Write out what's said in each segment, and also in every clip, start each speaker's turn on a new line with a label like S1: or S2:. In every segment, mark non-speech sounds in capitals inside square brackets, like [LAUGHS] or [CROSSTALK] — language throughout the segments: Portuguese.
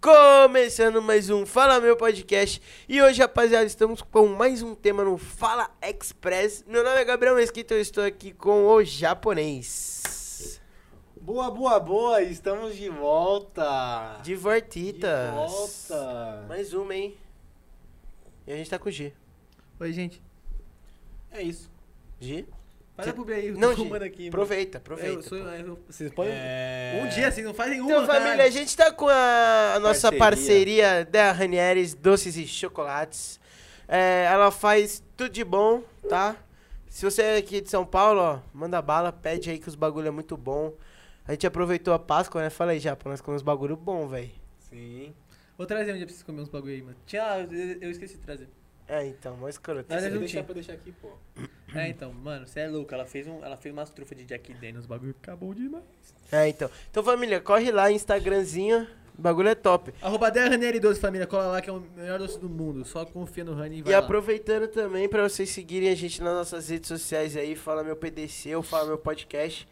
S1: Começando mais um Fala Meu Podcast. E hoje, rapaziada, estamos com mais um tema no Fala Express. Meu nome é Gabriel Mesquita eu estou aqui com o japonês.
S2: Boa, boa, boa, estamos de volta.
S1: Divertitas.
S2: De volta.
S1: Mais uma, hein? E a gente tá com o G.
S3: Oi, gente.
S2: É isso.
S1: G?
S3: Para
S1: Cê-
S3: pro B aí, eu tô
S1: Não, G.
S3: arrumando aqui. mano.
S1: aproveita, aproveita.
S3: Eu sou, eu- vocês podem.
S2: É...
S3: Um dia, vocês não fazem uma,
S1: Então, família, a
S3: caralho.
S1: gente tá com a, a nossa parceria.
S2: Parceria.
S1: da Ranieres Doces e Chocolates. É, ela faz tudo de bom, tá? Se você é aqui de São Paulo, ó, manda bala, pede aí que os bagulho é muito bom. A gente aproveitou a Páscoa, né? Fala aí, Japa, nós comemos bagulho bom, velho.
S2: Sim.
S3: Vou trazer um dia pra vocês comerem uns bagulho aí, mano. Tinha, eu eu esqueci de trazer.
S1: É, então, mó escroto.
S3: Mas
S2: Você
S3: é
S2: deixar
S3: juntinho.
S2: pra deixar aqui, pô.
S3: É, então, mano, você é louco. Ela fez, um, ela fez umas trufas de Jack Daniels, os bagulho acabou demais.
S1: É, então. Então, família, corre lá, Instagramzinho. O bagulho é top.
S3: Arroba Ranieri 12, família. Cola lá que é o melhor doce do mundo. Só confia no Rani e vai
S1: E
S3: lá.
S1: aproveitando também pra vocês seguirem a gente nas nossas redes sociais aí, fala meu PDC ou fala meu podcast.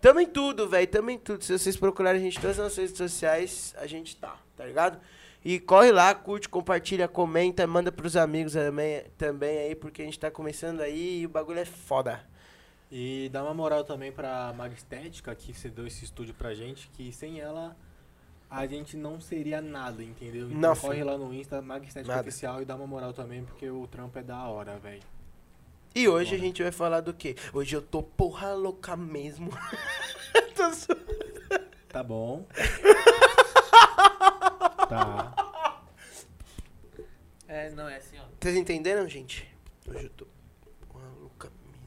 S1: Tamo em tudo, velho, tamo em tudo. Se vocês procurarem a gente em todas as nossas redes sociais, a gente tá, tá ligado? E corre lá, curte, compartilha, comenta, manda pros amigos também, também aí, porque a gente tá começando aí e o bagulho é foda.
S2: E dá uma moral também pra Magistética que cedeu esse estúdio pra gente, que sem ela a gente não seria nada, entendeu? Então
S1: Não,
S2: corre
S1: filho.
S2: lá no Insta, Magistética
S1: Nada.
S2: Oficial e dá uma moral também, porque o trampo é da hora, velho.
S1: E hoje a
S2: Bora.
S1: gente vai falar do quê? Hoje eu tô porra louca mesmo. [LAUGHS] Tô zoando.
S2: Tá [LAUGHS] bom. tá.
S3: É, não, é assim, ó.
S1: Vocês entenderam, gente? Hoje eu tô porra louca mesmo.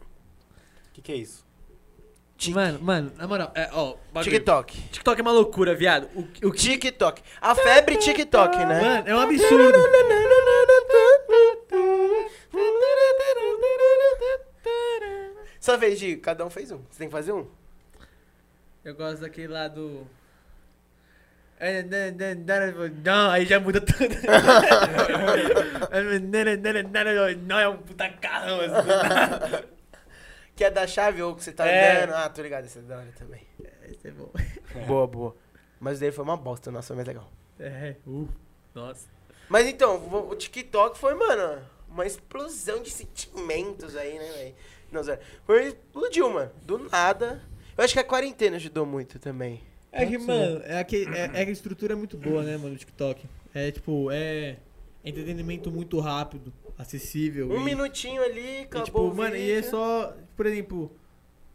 S2: O que, que é isso?
S1: Tik-
S3: Mano, mano, na moral, é, ó. bagulho.
S1: TikTok.
S3: TikTok é uma loucura, viado. O, que- o que.
S1: TikTok. A febre TikTok, né?
S3: Mano, é um absurdo.
S1: Só vez de cada um fez um. Você tem que fazer um?
S3: Eu gosto daquele lá do. É, né, Não, aí já muda tudo. É, né, Não, é um puta carrão. assim.
S1: Que é da chave ou que você tá
S3: É.
S1: andando. Ah, tô ligado, essa é da hora também.
S3: Esse é bom.
S1: Boa, boa. Mas o dele foi uma bosta, nossa, mas legal.
S3: É, uh, nossa.
S1: Mas então, vo- o TikTok foi, mano, uma explosão de sentimentos aí, né, velho? Não, Zé. Foi, explodiu, mano. Do nada. Eu acho que a quarentena ajudou muito também.
S3: É que, mano, é que, é, é que a estrutura é muito boa, né, mano, o TikTok. É tipo, é entretenimento muito rápido, acessível.
S1: Um
S3: e-
S1: minutinho ali,
S3: E,
S1: acabou
S3: tipo,
S1: o
S3: mano, e
S1: vídeo. né?
S3: é só, por exemplo,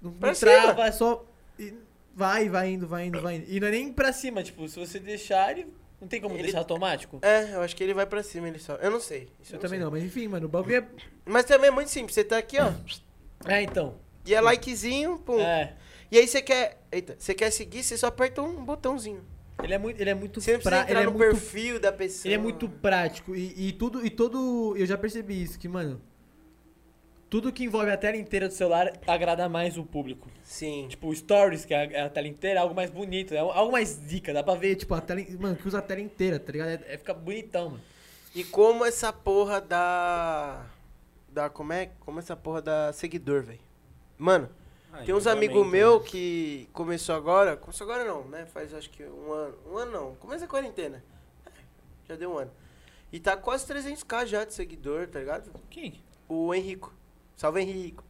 S3: não
S1: Pra
S3: pra
S1: cima.
S3: é só. e vai, vai indo, vai indo, vai indo. E não é nem pra cima, tipo, se você deixar, ele. Não tem como
S1: Ele-
S3: deixar automático?
S1: É, eu acho que ele vai pra cima, ele só. Eu não sei. Isso
S3: Eu também
S1: sei.
S3: não, mas enfim, mano, o bagulho é.
S1: Mas também é muito simples. Você tá aqui, ó.
S3: É, então.
S1: E é likezinho, pum.
S3: É.
S1: E aí você quer. Eita, você quer seguir, você só aperta um botãozinho.
S3: Ele é muito. Ele é muito
S1: Você não precisa
S3: pra-
S1: entrar
S3: ele é
S1: no
S3: muito
S1: perfil da pessoa.
S3: Ele é muito prático e, e tudo e todo eu já percebi isso que mano tudo que envolve a tela inteira do celular agrada mais o público.
S1: Sim.
S3: Tipo, o stories, que é a, é a tela inteira, é algo mais bonito, é algo mais dica, dá pra ver, tipo, a tela, in- mano, que usa a tela inteira, tá ligado? É, é fica bonitão, mano.
S1: E como essa porra da. Da. Como é? Como essa porra da seguidor, velho? Mano,
S2: Tá,
S1: tem uns amigos
S2: né?
S1: meu que começou agora. Começou agora não, né? Faz acho que um ano. Um ano não. Começa a quarentena. É, Já deu um ano. E tá quase 300k já de seguidor, tá ligado?
S3: Quem?
S1: O Henrico. Salve Henrico.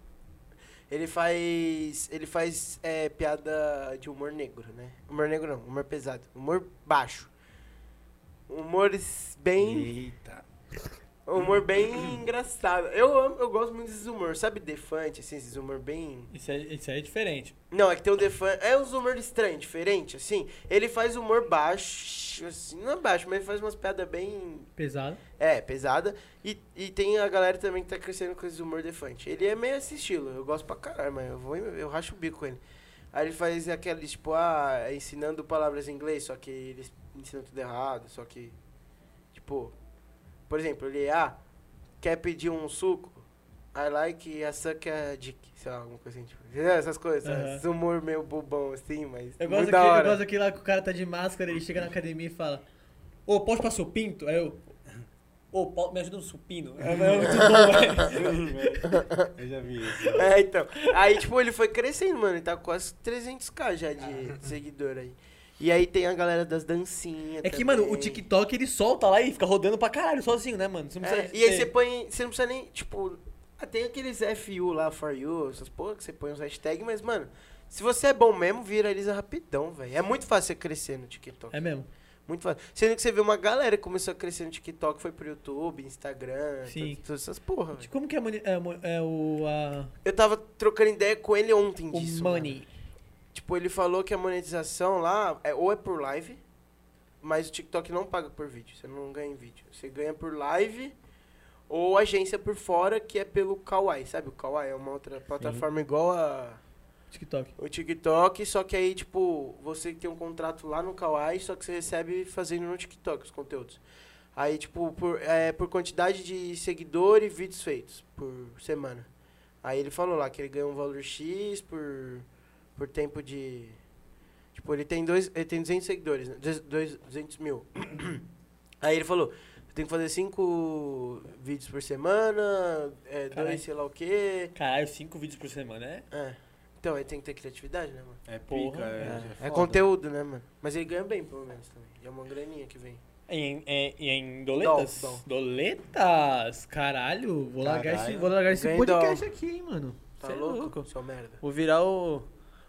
S1: Ele faz. Ele faz é, piada de humor negro, né? Humor negro não, humor pesado. Humor baixo. Humores bem.
S2: Eita.
S1: Humor bem engraçado. Eu amo, eu gosto muito desses humor. Sabe Defante, assim, esses humor bem.
S3: Isso aí, isso aí é diferente.
S1: Não, é que tem um Defante. É uns humor estranho, diferente, assim. Ele faz humor baixo. Assim, não é baixo, mas ele faz umas piadas bem
S3: Pesado.
S1: é, pesada. E, e tem a galera também que tá crescendo com esse humor defante. Ele é meio esse estilo. Eu gosto pra caralho, mas eu vou eu racho o bico com ele. Aí ele faz aquele, tipo, ah, ensinando palavras em inglês, só que ele ensina tudo errado, só que. Tipo. Por exemplo, ele, ah, quer pedir um suco? I like a suck a dick, sei lá, alguma coisa assim, tipo. [LAUGHS] entendeu? Essas coisas,
S3: Aham.
S1: esse humor meio bobão assim, mas.
S3: Eu
S1: muito
S3: gosto,
S1: da
S3: daquele, eu
S1: hora.
S3: gosto daquele lá que o cara tá de máscara, ele chega na academia e fala, ô, posso passar o pinto? Aí eu, ô, po- me ajuda um supino. É, é muito bom, [LAUGHS] velho.
S2: Eu já vi isso.
S1: [LAUGHS] É,
S3: Ah.
S1: então. Aí, tipo, ele foi crescendo, mano. Ele tá com quase 300k já de seguidor aí. E aí tem a galera das dancinhas.
S3: É que,
S1: também.
S3: mano, o TikTok ele solta lá e fica rodando pra caralho sozinho, né, mano? Você não
S1: É,
S3: precisa
S1: e aí
S3: ter-
S1: você põe. Você não precisa nem, tipo. ah, Tem aqueles FU lá, for you, essas porra que você põe uns hashtags, mas, mano, se você é bom mesmo, viraliza rapidão, velho. É muito fácil você crescer no TikTok.
S3: É mesmo.
S1: Muito fácil. Sendo que você vê uma galera que começou a crescer no TikTok, foi pro YouTube, Instagram,
S3: Sim.
S1: todas- todas essas porra. velho.
S3: Como que é, a moni- é, a mo- é o, a,
S1: Eu tava trocando ideia com ele ontem
S3: o
S1: disso. mano.
S3: money?
S1: Tipo, ele falou que a monetização lá é, ou é por live, mas o TikTok não paga por vídeo. Você não ganha em vídeo. Você ganha por live ou agência por fora, que é pelo Kawaii. Sabe, o Kawaii é uma outra plataforma igual a
S3: TikTok.
S1: o TikTok, só que aí, tipo, você tem um contrato lá no Kawaii, só que você recebe fazendo no TikTok os conteúdos. Aí, tipo, por, é, por quantidade de seguidor e vídeos feitos por semana. Aí ele falou lá que ele ganha um valor X por, por tempo de. Tipo, ele tem, dois, ele tem 200 seguidores, né? Duze- dois- 200 mil. [COUGHS] Aí ele falou: eu tenho que fazer cinco vídeos por semana, é,
S3: Caralho.
S1: dois sei lá o quê.
S3: Caralho, cinco vídeos por semana, é?
S1: É. Então, aí tem que ter criatividade, né, mano?
S2: É pica,
S3: Porra,
S2: é,
S1: É, é
S2: foda.
S1: conteúdo, né, mano? Mas ele ganha bem, pelo menos, também. E é uma graninha que vem.
S3: Em, em, em doletas?
S1: Dó, dó.
S3: Doletas! Caralho, vou largar
S2: Caralho.
S3: esse, vou largar esse
S1: Ganhei
S3: podcast aqui, hein, mano.
S1: Tá
S3: Cê é
S1: louco, Seu merda.
S3: Vou virar o.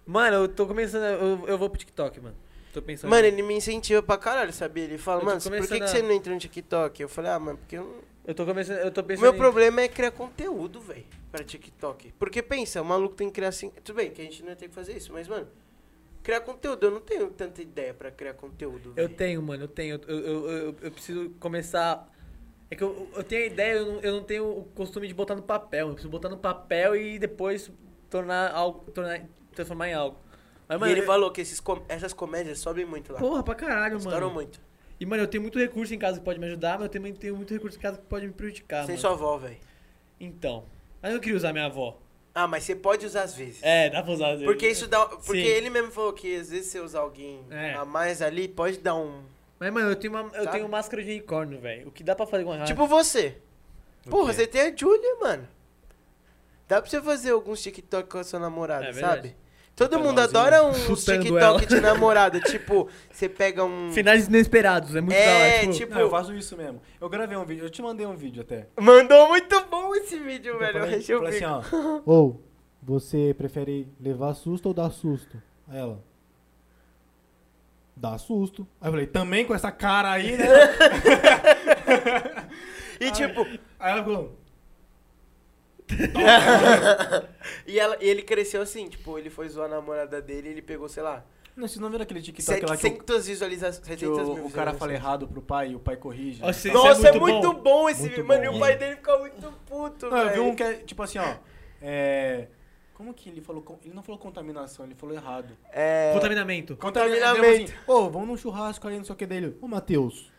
S3: Mano, eu tô começando. a- Eu, eu vou pro TikTok, mano. Tô pensando.
S1: Mano, ele me incentiva pra caralho, sabia? Ele fala,
S3: Eu tô
S1: mano, por que,
S3: começando
S1: que
S3: a-
S1: você não entra no TikTok? Eu falei, ah, mano, porque eu não...
S3: Eu tô começando. Eu tô
S1: O
S3: pensando.
S1: meu
S3: em-
S1: problema é criar conteúdo, velho, pra TikTok. Porque pensa, o maluco tem que criar assim. Tudo bem que a gente não tem que fazer isso, mas, mano, criar conteúdo, eu não tenho tanta ideia pra criar conteúdo.
S3: Eu
S1: véi.
S3: tenho, mano, eu tenho. Eu, eu, eu, eu preciso começar. É que eu, eu tenho a ideia, eu não, eu não tenho o costume de botar no papel. Eu preciso botar no papel e depois tornar algo. Tornar, transformar em algo. Mas,
S1: e
S3: mano,
S1: ele
S3: eu-
S1: falou que esses com- essas comédias sobem muito lá.
S3: Porra, pra caralho,
S1: Estouram
S3: mano.
S1: muito.
S3: E, mano, eu tenho muito recurso em casa que pode me ajudar, mas eu também tenho muito recurso em casa que pode me prejudicar,
S1: Sem
S3: Ah, mano.
S1: sua avó, velho.
S3: Então. Mas eu não queria usar minha avó.
S1: Ah, mas você pode usar às vezes.
S3: É, dá pra usar às vezes.
S1: Porque isso dá. Porque
S3: Sim.
S1: ele mesmo falou que às vezes você usar alguém
S3: É.
S1: a mais ali pode dar um.
S3: Mas, mano, eu tenho, uma, eu
S1: Sabe?
S3: tenho máscara de unicórnio, velho. O que dá pra fazer com a
S1: Tipo você.
S2: Ah. O
S1: Porra,
S2: quê?
S1: você tem a Julia, mano. Dá pra você fazer alguns TikTok com a sua namorada,
S3: É verdade.
S1: sabe? Todo
S2: Super
S1: mundo
S2: novinho.
S1: adora
S2: [LAUGHS]
S1: uns
S3: Chutando
S1: TikTok
S3: ela.
S1: de namorada. tipo, você pega um.
S2: [LAUGHS]
S3: Finais inesperados, é muito
S1: É,
S3: da hora. Tipo,
S1: tipo-
S2: Não, eu faço isso mesmo. Eu gravei um vídeo, eu te mandei um vídeo até.
S1: Mandou muito bom esse vídeo, velho. Eu
S2: falei,
S1: achei o
S2: falei assim,
S1: bico.
S2: ó.
S4: Ou você prefere levar susto ou dar susto? Aí ela. Dá susto. Aí eu falei, também com essa cara aí, né?
S1: [LAUGHS] E tipo,
S2: Aí ela falou,
S1: e, ela, e ele cresceu assim, tipo, ele foi zoar a namorada dele ele pegou, sei lá,
S2: não, vocês não viram aquele TikTok lá que, o-
S1: 700 visualizações.
S2: que
S1: 700 mil
S2: o, o cara
S1: visualizações.
S2: fala errado pro pai e o pai corrige?
S3: Ó, você-
S2: Tá.
S1: Nossa, é
S3: Isso é
S1: muito,
S3: muito
S1: bom, esse
S4: Muito
S1: vídeo. Mano, e
S4: bom.
S1: o pai dele fica muito puto,
S2: Não, eu vi
S1: velho.
S2: um que é tipo assim, ó. É. Como que ele falou? con- Ele não falou contaminação, ele falou errado.
S1: É... [LAUGHS]
S3: contaminamento.
S1: Contaminamento.
S2: Ele falou assim, Ô, vamos num churrasco aí, não sei o que dele.
S4: Ô, Matheus.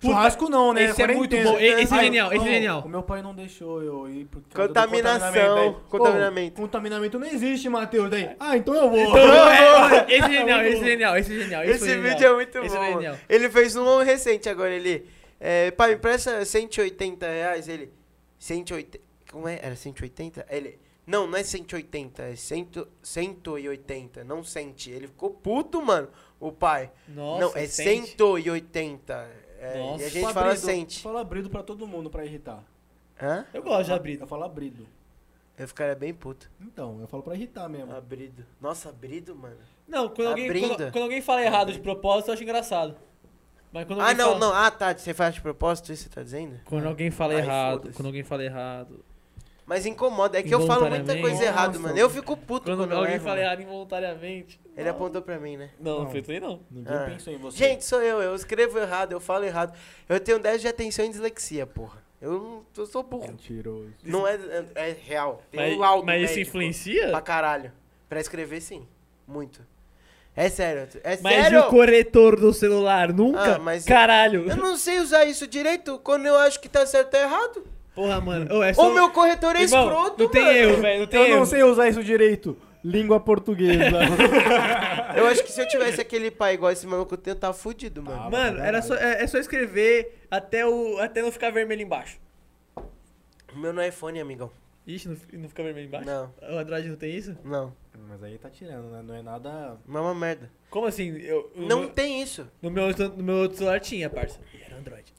S2: Churrasco não, né?
S3: Esse é muito
S2: Quarentena.
S3: bom, e- esse é
S2: Aí,
S3: genial, esse é
S2: não,
S3: genial.
S2: O meu pai não deixou eu ir por causa do
S1: Contaminação,
S2: contaminamento. Daí,
S1: contaminamento.
S2: "Ô, contaminamento não existe, Matheus. Daí, ah, então eu vou. [LAUGHS]
S3: É, esse é genial, esse é genial, esse é genial.
S1: Esse
S3: foi genial.
S1: vídeo é muito
S3: Esse
S1: bom.
S3: foi
S1: mano.
S3: genial.
S1: ele fez um recente agora, ele. É, pai, me empresta 180 reais. Ele. 180. Como é? Era 180? Ele. Não, não é 180, é cento, 180, não sente. Ele ficou puto, mano, o pai.
S3: Nossa,
S1: não, é
S3: sente.
S1: 180. É,
S3: Nossa.
S1: e a
S2: Eu
S1: gente
S2: falo
S1: fala
S2: abrido,
S1: sente.
S2: Fala abrido pra todo mundo pra irritar.
S1: Hã?
S3: Eu gosto de abrir.
S2: Eu falo abrido.
S1: Eu ficaria bem puto.
S2: Então, eu falo pra irritar mesmo.
S1: Abrido. Nossa, abrido, mano.
S3: Não, quando alguém,
S1: Abrindo.
S3: quando, quando alguém fala errado de propósito, eu acho engraçado. Mas quando
S1: Ah,
S3: alguém
S1: não,
S3: fala...
S1: não. Ah, tá. Você faz de propósito isso que você tá dizendo?
S3: Quando alguém fala
S1: Ai,
S3: errado,
S1: foda-se.
S3: quando alguém fala errado.
S1: Mas incomoda, é que eu falo muita
S3: Involuntariamente.
S1: coisa errada,
S2: Nossa.
S1: mano. Eu fico puto
S3: Quando,
S1: quando, eu
S3: alguém
S1: erro,
S3: fala
S1: mano.
S3: errado involuntariamente.
S1: Ele apontou pra mim, né?
S3: Não, não
S2: Não.
S3: foi isso aí não.
S2: Ninguém
S1: Ah.
S2: pensou em você.
S1: Gente, sou eu, eu escrevo errado, eu falo errado. Eu tenho 10 de atenção e dislexia, porra. Eu não eu sou burro.
S2: Mentiroso.
S1: Não é, é é real. Tem
S3: Mas,
S1: um laudo
S3: mas isso
S1: médico Ah,
S3: influencia?
S1: Pra caralho. Pra escrever, sim. Muito. É sério. É
S3: Mas e
S1: sério.
S3: o corretor do celular? Nunca?
S1: Ah, mas-
S3: Caralho.
S1: Eu não sei usar isso direito quando eu acho que tá certo tá errado.
S3: Porra, mano. Ô, é só...
S1: Ou meu corretor é
S3: Irmão,
S1: escroto,
S3: Não tem
S1: mano.
S3: erro, velho. Não tem
S4: Eu
S3: erro.
S4: não sei usar isso direito.
S3: [LAUGHS]
S4: Língua portuguesa.
S1: Eu acho que se eu tivesse aquele pai igual esse maluco, eu tenho, eu tava fudido, mano.
S3: Mano, era só, é, é só escrever até, o, até não ficar vermelho embaixo.
S1: O meu no é iPhone, amigão.
S3: Ixi, não, fi- não fica vermelho embaixo?
S1: Não,
S3: O Android não tem isso?
S1: não.
S2: Mas aí tá tirando, né? Não é nada.
S1: Mas é uma merda.
S3: Como assim? Eu, o
S1: Não
S3: meu-
S1: tem isso.
S3: No meu, outro- no meu outro celular tinha, parça. E era Android.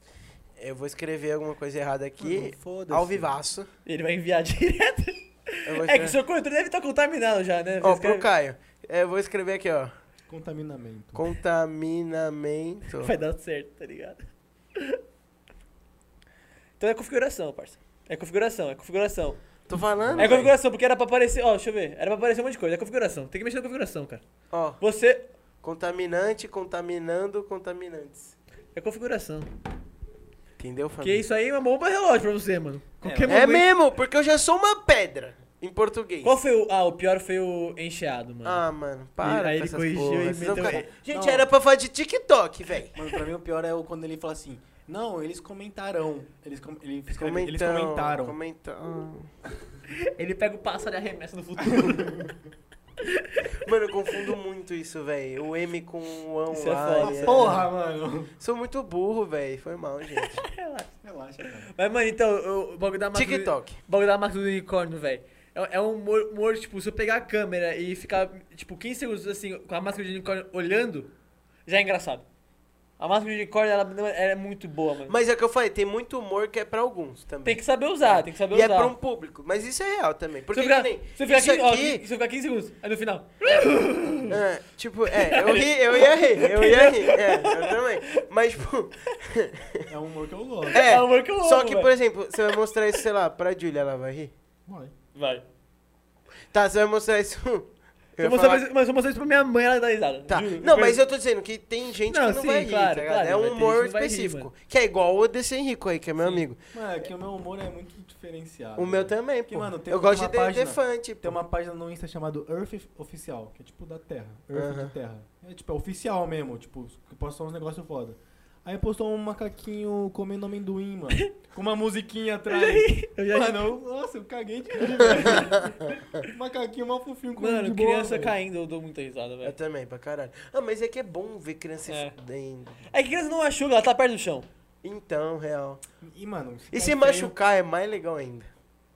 S1: Eu vou escrever alguma coisa errada aqui.
S2: Foda-se.
S1: Ao vivaço.
S3: Ele vai enviar [LAUGHS] direto.
S1: Eu vou
S3: É que
S1: escrever-
S3: o seu controle deve estar contaminado já, né?
S1: Ó,
S3: Você
S1: pro
S3: escreve-
S1: Caio. Eu vou escrever aqui, ó.
S4: Contaminamento.
S1: Contaminamento.
S3: Vai dar certo, tá ligado? [LAUGHS] Então é configuração, parça. É configuração, é configuração.
S1: Tô falando.
S3: É
S1: velho.
S3: configuração, porque era pra aparecer. Ó, deixa eu ver. Era pra aparecer um monte de coisa. É configuração. Tem que mexer na configuração, cara.
S1: Ó,
S3: Você.
S1: contaminante, contaminando, contaminantes.
S3: É configuração.
S1: Entendeu,
S3: Porque
S1: família?
S3: isso aí é uma bomba relógio pra você, mano. Qualquer
S1: É
S3: momento-
S1: mesmo, porque eu já sou uma pedra em português.
S3: Qual foi o. Ah, o pior foi o encheado, mano.
S1: Ah, mano, para.
S3: Aí
S1: com
S3: ele
S1: essas
S3: corrigiu
S1: porra,
S3: e
S1: vocês vão
S3: meteu-
S1: ficar- Gente,
S2: Não.
S1: era pra falar de TikTok, velho.
S2: Mano, pra mim o pior é o quando ele fala assim. Não, eles comentarão. Eles, com... ele escreve, eles
S1: Comentam,
S2: comentaram.
S1: comentam.
S3: Ele pega o pássaro e arremessa no futuro. [LAUGHS]
S1: Mano, eu confundo muito isso, velho. O M com o ão
S3: Isso é
S1: lá.
S3: foda.
S1: e
S3: Isso
S1: é-
S2: Porra, mano.
S1: Sou muito burro, velho. Foi mal,
S2: [LAUGHS]
S1: gente.
S2: Relaxa, cara.
S3: Mas, mano, então, eu- o bagulho da marca. do-
S1: TikTok.
S3: O bagulho da marca do unicórnio, velho. É, é um humor, humor, tipo, se eu pegar a câmera e ficar, tipo, 15 segundos assim, com a máscara de unicórnio olhando, já é engraçado. A máscara de unicórnio, ela, não- ela é muito boa, mano.
S1: Mas é o que eu falei, tem muito humor que é pra alguns também.
S3: Tem que saber usar, tem que saber
S1: E é
S3: usar.
S1: pra um público. Mas isso é real também. Porque
S3: se eu ficar,
S1: que nem.
S3: se eu ficar
S1: isso
S3: 15, ó,
S1: aqui.
S3: se eu ficar 15 segundos, aí no final.
S1: é, tipo, é,
S3: [LAUGHS]
S1: eu ri, eu ia rir, eu ia rir. É, eu também. Mas, tipo.
S2: É um humor que eu gosto.
S1: É,
S3: É um humor que eu
S1: só
S3: amo,
S1: que,
S3: velho.
S1: por exemplo, você vai mostrar isso, sei lá, pra Julia, ela vai rir.
S4: Vai.
S3: Vai.
S1: Tá, você vai mostrar isso.
S3: Eu
S1: Eu ia
S3: vou
S1: falar-
S3: mostrar, mas eu vou mostrar isso pra minha mãe, ela dá risada.
S1: Tá.
S3: juro.
S1: Não, mas eu tô dizendo que tem gente
S3: Não,
S1: que não
S3: sim,
S1: vai rir,
S3: claro,
S1: tá ligado?
S3: claro,
S1: é
S3: vai
S1: um
S3: ter
S1: humor
S3: gente que vai rir,
S1: específico.
S3: mano.
S1: que é igual o desse Henrico aí, que é meu amigo.
S2: Mano, é que o meu humor é muito diferenciado.
S1: O meu também,
S2: Que,
S1: pô.
S2: mano, tem
S1: eu
S2: uma
S1: gosto de The-
S2: página-
S1: The Fan, tipo.
S2: Tem uma página no Insta chamada Earth Oficial, que é tipo da Terra. Earth
S1: Aham.
S2: de Terra. É tipo, é oficial mesmo, tipo, que postou uns negócios foda. Aí postou um macaquinho comendo amendoim, mano. com uma
S1: [LAUGHS]
S2: musiquinha atrás.
S3: Eu já-
S2: mano, eu- nossa, eu caguei de rir,
S1: [LAUGHS]
S2: velho. macaquinho mal fofinho com um de
S3: Mano,
S2: boa,
S3: criança
S2: velho.
S3: caindo, eu dou muita risada,
S1: Eu
S3: velho.
S1: também, pra caralho. Ah, mas é que é bom ver criança se
S3: É.
S1: fudendo.
S3: É que criança não machuca, ela tá perto do chão.
S1: Então, real.
S2: E, mano,
S1: E
S2: tá
S1: se
S2: feio.
S1: machucar é mais legal ainda.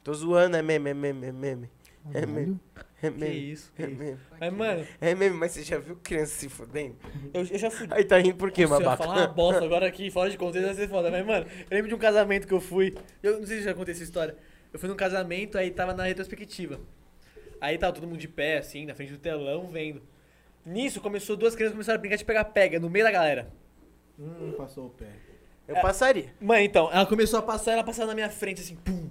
S1: Tô zoando, é meme, é meme, é meme. É
S4: Caralho.
S1: É
S3: Que
S1: meme.
S3: isso, que
S1: É
S3: isso.
S1: meme.
S3: Mas, mano,
S1: É meme, mas você já viu criança se fudendo?
S3: eu, eu já fui
S1: Aí tá rindo por quê,
S3: Nossa, eu ia
S1: babaca?
S3: falar uma bosta agora aqui, fora de contexto, vai ser foda. Mas, mano, eu lembro de um casamento que eu fui. Eu não sei se já contei essa história. Eu fui num casamento, aí tava na retrospectiva. Aí tava todo mundo de pé, assim, na frente do telão, vendo. Nisso, começou duas crianças começaram a brincar de pegar-pega no meio da galera.
S2: Hum, passou o pé.
S1: Eu
S3: É.
S1: passaria.
S3: Mano, então, ela começou a passar, ela passava na minha frente, assim, pum.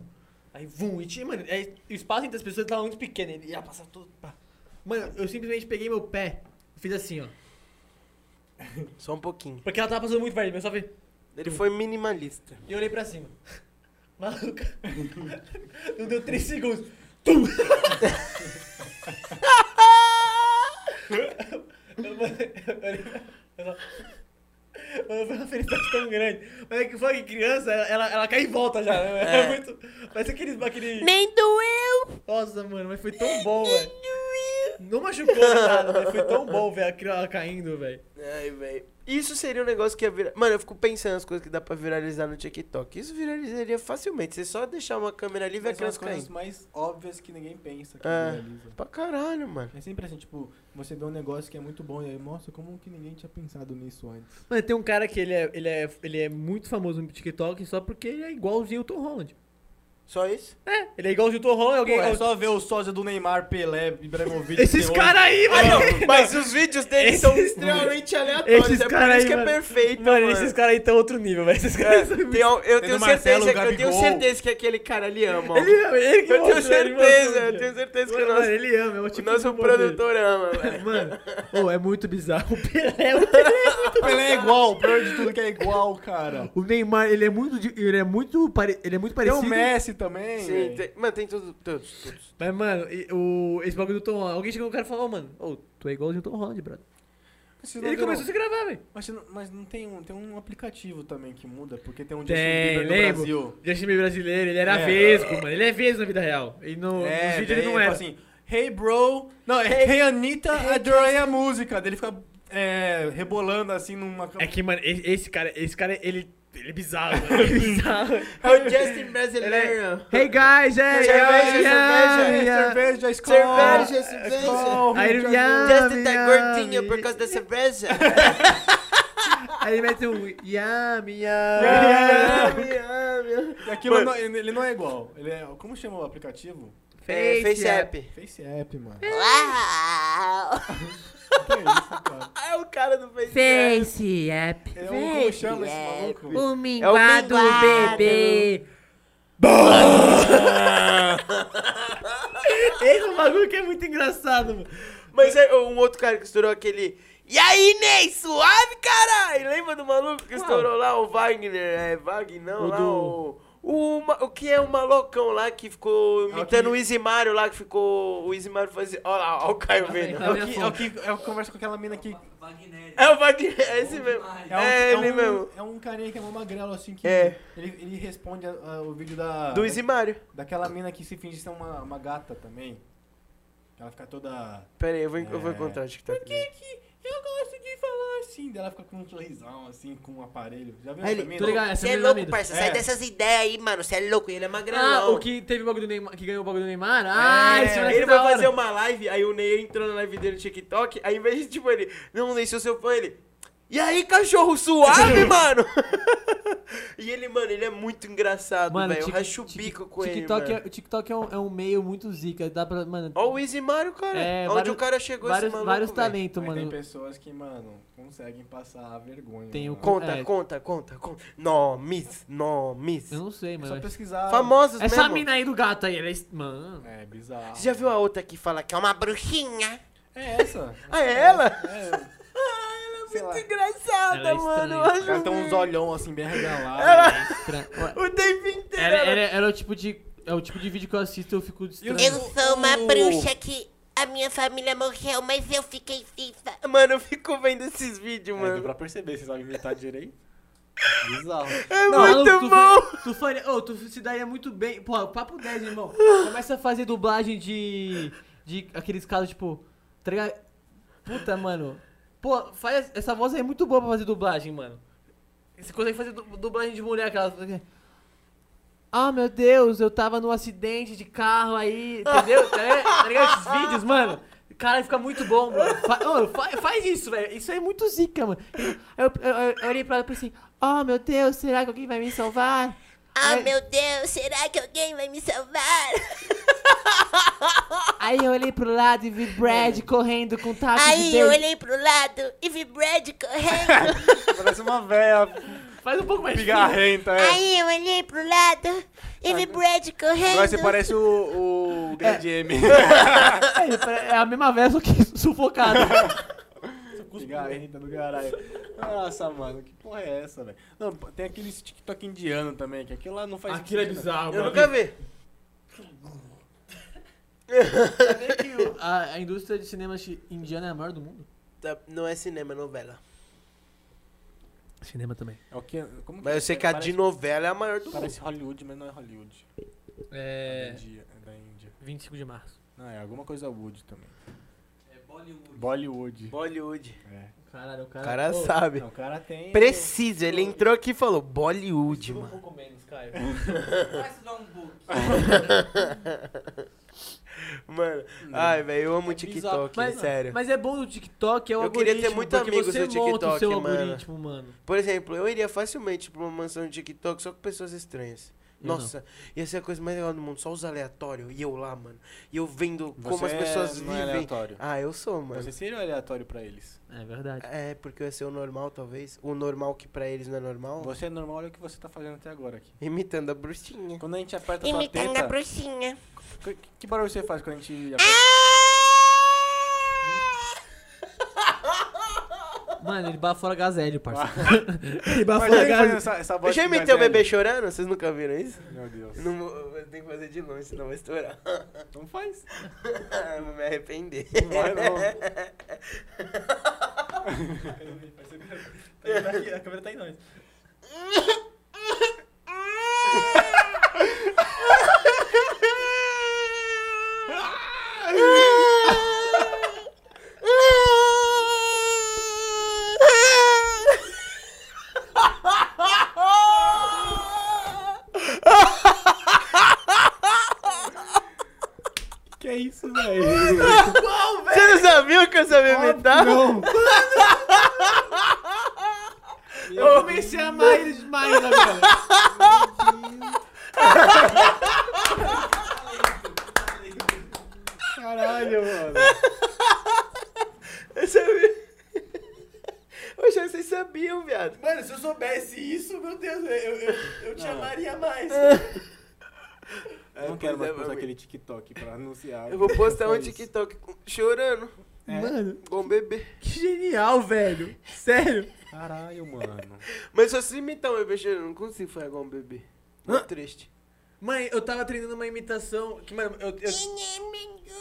S3: Aí, vum. E tinha, mano, aí, o espaço entre as pessoas tava muito pequeno. E ela passava todo. pá. Mano, eu simplesmente peguei meu pé, fiz assim, ó.
S1: Só um pouquinho.
S3: Porque ela tava passando muito perto de mim, eu só fiz.
S1: Ele foi minimalista.
S3: E eu olhei pra cima. [LAUGHS] Maluca. [LAUGHS] Não deu 3 segundos. Tum! Ah! [LAUGHS] Eu- mano, eu olhei pra- eu só- [LAUGHS] Mano, foi uma felicidade tão grande. Mas é que foi que criança, ela, ela, ela cai em volta já. né? [LAUGHS] É,
S1: É.
S3: muito. Parece aquele, aquele.
S1: Nem doeu!
S3: Nossa, mano, mas foi tão bom, velho. Não machucou nada, mas foi tão bom ver a criança caindo, velho.
S1: Ai, velho. Isso seria um negócio que ia virar. Mano, eu fico pensando nas coisas que dá pra viralizar no TikTok. Isso viralizaria facilmente. Você só deixar uma câmera ali e
S3: é
S1: ver a
S2: Mas são as
S1: criança
S2: coisas
S1: caindo.
S2: mais óbvias que ninguém pensa, que
S1: É.
S2: realiza.
S1: Pra caralho, mano.
S2: É sempre assim, tipo, você vê um negócio que é muito bom e aí, nossa, como que ninguém tinha pensado nisso antes?
S3: Mano, tem um cara que ele é, ele é, ele é muito famoso no TikTok só porque ele é igualzinho o Tom Holland.
S1: Só isso?
S3: É, ele é igualzinho o Tom Holland, alguém.
S2: é só ver o sósia do Neymar, Pelé, Ibrahimovic.
S3: Esses
S2: Teon.
S3: caras aí, mano!
S1: [LAUGHS] Mas os vídeos dele
S3: Esses-
S1: são extremamente aleatórios.
S3: Esses
S1: é por
S3: cara
S1: isso
S3: aí,
S1: que
S3: mano.
S1: é perfeito,
S3: Mano,
S1: mano.
S3: esses caras aí estão outro nível, velho. Esses
S1: É,
S3: caras são.
S1: tem al- eu,
S2: Tem
S1: tenho
S2: do Marcelo,
S1: certeza, que- eu tenho
S2: Gabigol.
S1: certeza que aquele cara ali ama. ó.
S3: Ele ama, ele que
S1: Eu tenho
S3: mostra, ele
S1: certeza,
S3: mostra.
S1: eu tenho certeza que
S3: mano,
S1: o nosso-
S3: mano, ele ama, é o
S1: O
S3: tipo de
S1: nosso
S3: humor dele.
S1: produtor ama, velho.
S3: [LAUGHS] Mano, oh, é muito bizarro. [LAUGHS] O Pelé, o Pelé
S2: O Pelé é igual, o pior de tudo que é igual, cara.
S3: O Neymar, ele é muito. de- Ele é muito, pare- ele é
S1: um
S3: muito
S2: Tem
S3: parecido.
S2: o Messi também,
S1: Sim,
S2: velho.
S1: tem, mano, tem tudo, todos, todos.
S3: Mas, mano, e- o, esse bagulho do Tom Holland. Alguém chegou no cara e falou, ô, mano, ô, tu é igualzinho o Tom Holland, brother.
S2: Mas vocês não
S3: Ele
S2: viram-
S3: começou a se gravar, velho.
S2: Mas, você não- mas não tem um, tem um aplicativo também que muda, porque tem um Justin
S3: Tem,
S2: Bieber
S3: lembro.
S2: no Brasil.
S3: Justin Bieber brasileiro, ele era
S2: É.
S3: vesgo, mano. Ele é vesgo na vida real. E no,
S2: É,
S3: nos vídeos
S2: daí
S3: ele não
S2: fala
S3: era.
S1: tipo
S2: assim, hey bro, não, é hey, Anitta, adorei a música. Daí ele fica é, rebolando assim numa...
S3: É que, mano, e- esse cara, esse cara, ele, Ele é bizarro,
S1: [LAUGHS]
S3: mano. Ele é bizarro.
S1: É o Justin brasileiro.
S3: hey guys,
S1: é,
S3: hey,
S1: Cerveja,
S3: yeah,
S1: cerveja,
S3: yeah.
S2: É, Cerveja, escola.
S3: É
S1: Cerveja, cerveja.
S3: Aí ele, yeah,
S1: Justin tá
S3: yeah,
S1: gordinho por
S3: yeah.
S1: causa da cerveja.
S3: Aí ele mete um o yam,
S2: Yeah.
S3: yam.
S1: [LAUGHS]
S2: Aquilo não- ele ele não é igual. Ele é, como chama o aplicativo?
S1: É, Face
S3: app.
S1: app.
S4: FaceApp, mano.
S1: Uau! [LAUGHS]
S2: O que é isso, cara?
S1: É o cara do Face App.
S3: Face app.
S2: Ele é um, como chama esse maluco? Tá
S1: É
S3: O
S1: minguado
S3: minguado
S1: bebê.
S3: bebê. Esse é um bagulho que é muito engraçado, mano.
S1: Mas é um outro cara que estourou aquele. E aí, Ney, suave, caralho! Lembra do maluco que estourou lá o Wagner? É, Wagner, não,
S4: O
S1: lá
S4: do-
S1: o. O, ma- o que é o malocão lá que ficou imitando
S2: que-
S1: o Isimário lá, que ficou. O Isimário fazendo. Olha lá, olha o Caio Tá vendo.
S2: É o que, é o que é o que conversa com aquela mina que.
S1: É o Wagner, é esse mesmo.
S2: É, um,
S1: É, ele
S2: um,
S1: mesmo.
S2: é um carinha que é uma magrelo, assim, que
S1: É.
S2: ele, ele responde a- a- o vídeo da.
S1: Do
S2: da-
S1: Isimário.
S2: daquela mina que se finge ser uma, uma gata também. Ela fica toda.
S1: Pera aí, eu vou, eu vou
S2: É.
S1: encontrar o TikTok. dele.
S2: que eu gosto de falar assim? Daí ela fica com um sorrisão, assim, com um aparelho. Já viu
S1: Aí ele-
S2: também,
S3: Tô
S2: não?
S3: ligado,
S1: Cê
S3: essa é a minha
S1: parça,
S2: É.
S1: ideias aí, mano. Você é louco, ele é magrelão.
S3: Ah, o que teve o bagulho do Neymar, que ganhou o bagulho do Neymar? Ah,
S2: É,
S3: esse moleque
S1: Ele
S3: é da
S1: vai
S3: hora.
S1: fazer um uma live, aí o Ney entrou na live dele no TikTok, aí em vez de tipo ele, não, Ney, sou seu fã, ele. E aí,
S5: [LAUGHS]
S1: cachorro suave, mano? [LAUGHS] e ele, mano, ele é muito engraçado,
S5: Mano,
S1: velho. Eu
S5: tic-
S1: racho o
S5: tic-
S1: bico com
S5: TikTok
S1: ele.
S5: é,
S1: mano.
S5: o TikTok é um, é um meio muito zica. Dá pra. Mano,
S1: Ó o Easy Mario, cara.
S5: É,
S1: Onde
S5: vários-
S1: o cara chegou
S5: vários,
S1: esse maluco,
S5: vários
S1: velho.
S5: talentos,
S2: Mas tem
S5: mano.
S2: pessoas que, mano, conseguem passar a vergonha.
S5: Tem o
S2: mano.
S1: Conta,
S5: É.
S1: conta, conta, conta. Nomes, nomes.
S5: Eu não sei,
S2: É só
S5: mano.
S2: pesquisar.
S1: Famosos
S3: Essa
S1: mesmo.
S3: mina aí do gato aí, ela é. Mano.
S2: É, bizarro.
S1: Você já viu a outra que fala que é uma bruxinha?
S2: É essa.
S1: Ah, é ela?
S2: É. Sei lá.
S1: é Muito engraçada,
S3: Ela é
S1: mano. eu
S3: estranha.
S1: acho
S2: Ela tem uns olhão assim, bem É, regalados.
S1: É
S5: Estra- [LAUGHS] Ué,
S1: O tempo inteiro.
S5: Era,
S1: ela-
S5: era, era o tipo de. É o tipo de vídeo que eu assisto e eu fico distraído.
S6: Eu sou uma
S2: O-
S6: bruxa que a minha família morreu, mas eu fiquei viva.
S1: Mano, eu fico vendo esses vídeos,
S2: É, deu
S1: mano.
S2: pra perceber, você sabe imitar direito. Bizarro.
S1: É
S5: Não,
S1: muito
S5: tu
S1: bom.
S5: fa- tu faria, ô, tu se daria muito bem. Pô, papo 10, irmão. Começa a fazer dublagem de. De aqueles casos, tipo. Tá ligado? Puta, mano. Pô, faz. Essa voz aí é muito boa pra fazer dublagem, mano.
S3: Você consegue fazer du- dublagem de mulher, aquela.
S5: Ah, meu Deus, eu tava num acidente de carro aí. [LAUGHS] Entendeu? Tá ligado? Tá ligado? Esses vídeos, mano.
S3: Cara, fica muito bom, mano.
S5: Fa- ô, fa- faz isso, velho. Isso é muito zica, mano. Eu, eu, eu, eu olhei pra ela e pensei, oh meu Deus, será que alguém vai me salvar?
S6: Ah,
S5: Ai.
S6: meu Deus, será que alguém vai me salvar?
S5: Aí eu olhei pro lado e vi Brad correndo com um taco de
S6: Aí eu
S5: Deus.
S6: olhei pro lado e vi Brad
S2: [LAUGHS]
S6: correndo.
S2: Parece uma véia
S3: Faz um pouco mais.
S2: pigarrenta, é.
S6: Aí eu olhei pro lado e vi
S2: Agora
S6: Brad
S2: você
S6: correndo.
S2: parece o, o grande [LAUGHS] M.
S5: É, pare- É a mesma vez, só que [LAUGHS] sufocado.
S1: [LAUGHS]
S2: Pigarrenta do caralho. Nossa, mano, que porra é essa, velho? Não, pô, tem aquele TikTok indiano também, que aquilo lá não faz
S3: Aquilo é
S2: sentido.
S3: bizarro,
S1: Eu
S3: mano.
S1: nunca vi.
S5: a, a indústria de cinema chi- indiana é a maior do mundo.
S1: Tá, Não é cinema, é novela.
S5: Cinema também.
S2: É o que, como
S1: Mas eu sei que a de
S2: parece,
S1: novela é a maior do mundo.
S2: parece Hollywood, mas não é Hollywood. É
S3: É.
S2: da Índia. É da Índia.
S3: 25 de março.
S2: Não, é alguma coisa Wood também. É Bollywood. Bollywood.
S1: Bollywood.
S2: É.
S5: Caralho, o
S1: O
S5: cara.
S1: cara
S5: Ô,
S1: sabe.
S2: Não, o cara tem.
S1: Preciso. Ele entrou aqui e falou Bollywood,
S2: [LAUGHS]
S3: Um
S1: mano.
S3: pouco menos, Caio.
S1: Mano, ai, velho, eu amo o TikTok,
S5: Mas,
S1: sério.
S5: mas é bom o TikTok, é o
S3: um
S1: Eu queria
S5: algoritmo.
S1: ter muito
S5: porque
S1: amigos
S5: você
S1: no
S5: monta o seu
S1: TikTok, mano.
S5: algoritmo, mano.
S1: Por exemplo, eu iria facilmente pra uma mansão de TikTok só com pessoas estranhas.
S5: Eu
S2: Uhum.
S1: Nossa, ia ser a coisa mais legal do mundo, só os aleatórios. E eu lá, mano. E eu vendo como
S2: Você
S1: as pessoas
S2: não é
S1: vivem.
S2: aleatório.
S1: ah, eu sou, mano.
S2: Você seria aleatório pra eles.
S5: É verdade.
S1: É, porque eu ia ser o normal, talvez. O normal que pra eles não é normal.
S2: Você é normal, olha o que você tá fazendo até agora aqui.
S1: Imitando a bruxinha.
S2: Quando a gente aperta a sua
S6: Imitando a
S2: teta.
S6: bruxinha.
S2: Que, que barulho você faz quando a gente aperta?
S6: Ah!
S5: Mano, ele bafora gazélio, parça.
S3: [LAUGHS]
S5: ele
S2: Mas
S5: bafora
S2: alguém
S1: assim.
S2: faz
S5: gazélio.
S2: essa, essa voz
S1: Eu já
S2: de
S1: imitei o
S2: velho?
S1: bebê chorando? Vocês nunca viram isso?
S2: Meu Deus.
S1: Não, vou- eu tenho que fazer de longe, senão vai estourar. [LAUGHS]
S2: Não faz. [LAUGHS]
S1: Vou me arrepender.
S2: Não
S1: [LAUGHS]
S2: vai, não.
S3: a câmera tá em nós.
S2: é
S1: nunca soube imitar?
S4: Não,
S5: Eu comecei a amar ele demais agora.
S2: Caralho, mano.
S1: Eu sabia. Eu achava que vocês sabiam, viado.
S7: Mano, se eu soubesse isso, meu Deus, eu, eu, eu te
S2: Não.
S7: amaria mais.
S2: Eu não
S1: pois
S2: quero mais
S1: é,
S2: postar
S1: meu
S2: aquele TikTok pra anunciar.
S1: Eu vou postar um
S2: Isso.
S1: TikTok chorando,
S3: [LAUGHS] Mano,
S1: igual um bebê.
S3: que genial, velho. Sério.
S2: Caralho, mano.
S1: Mas se você imitar um bebê chorando, eu não consigo fazer igual um bebê. Muito triste.
S3: Mãe, eu tava treinando uma imitação. Que, mano, eu. eu...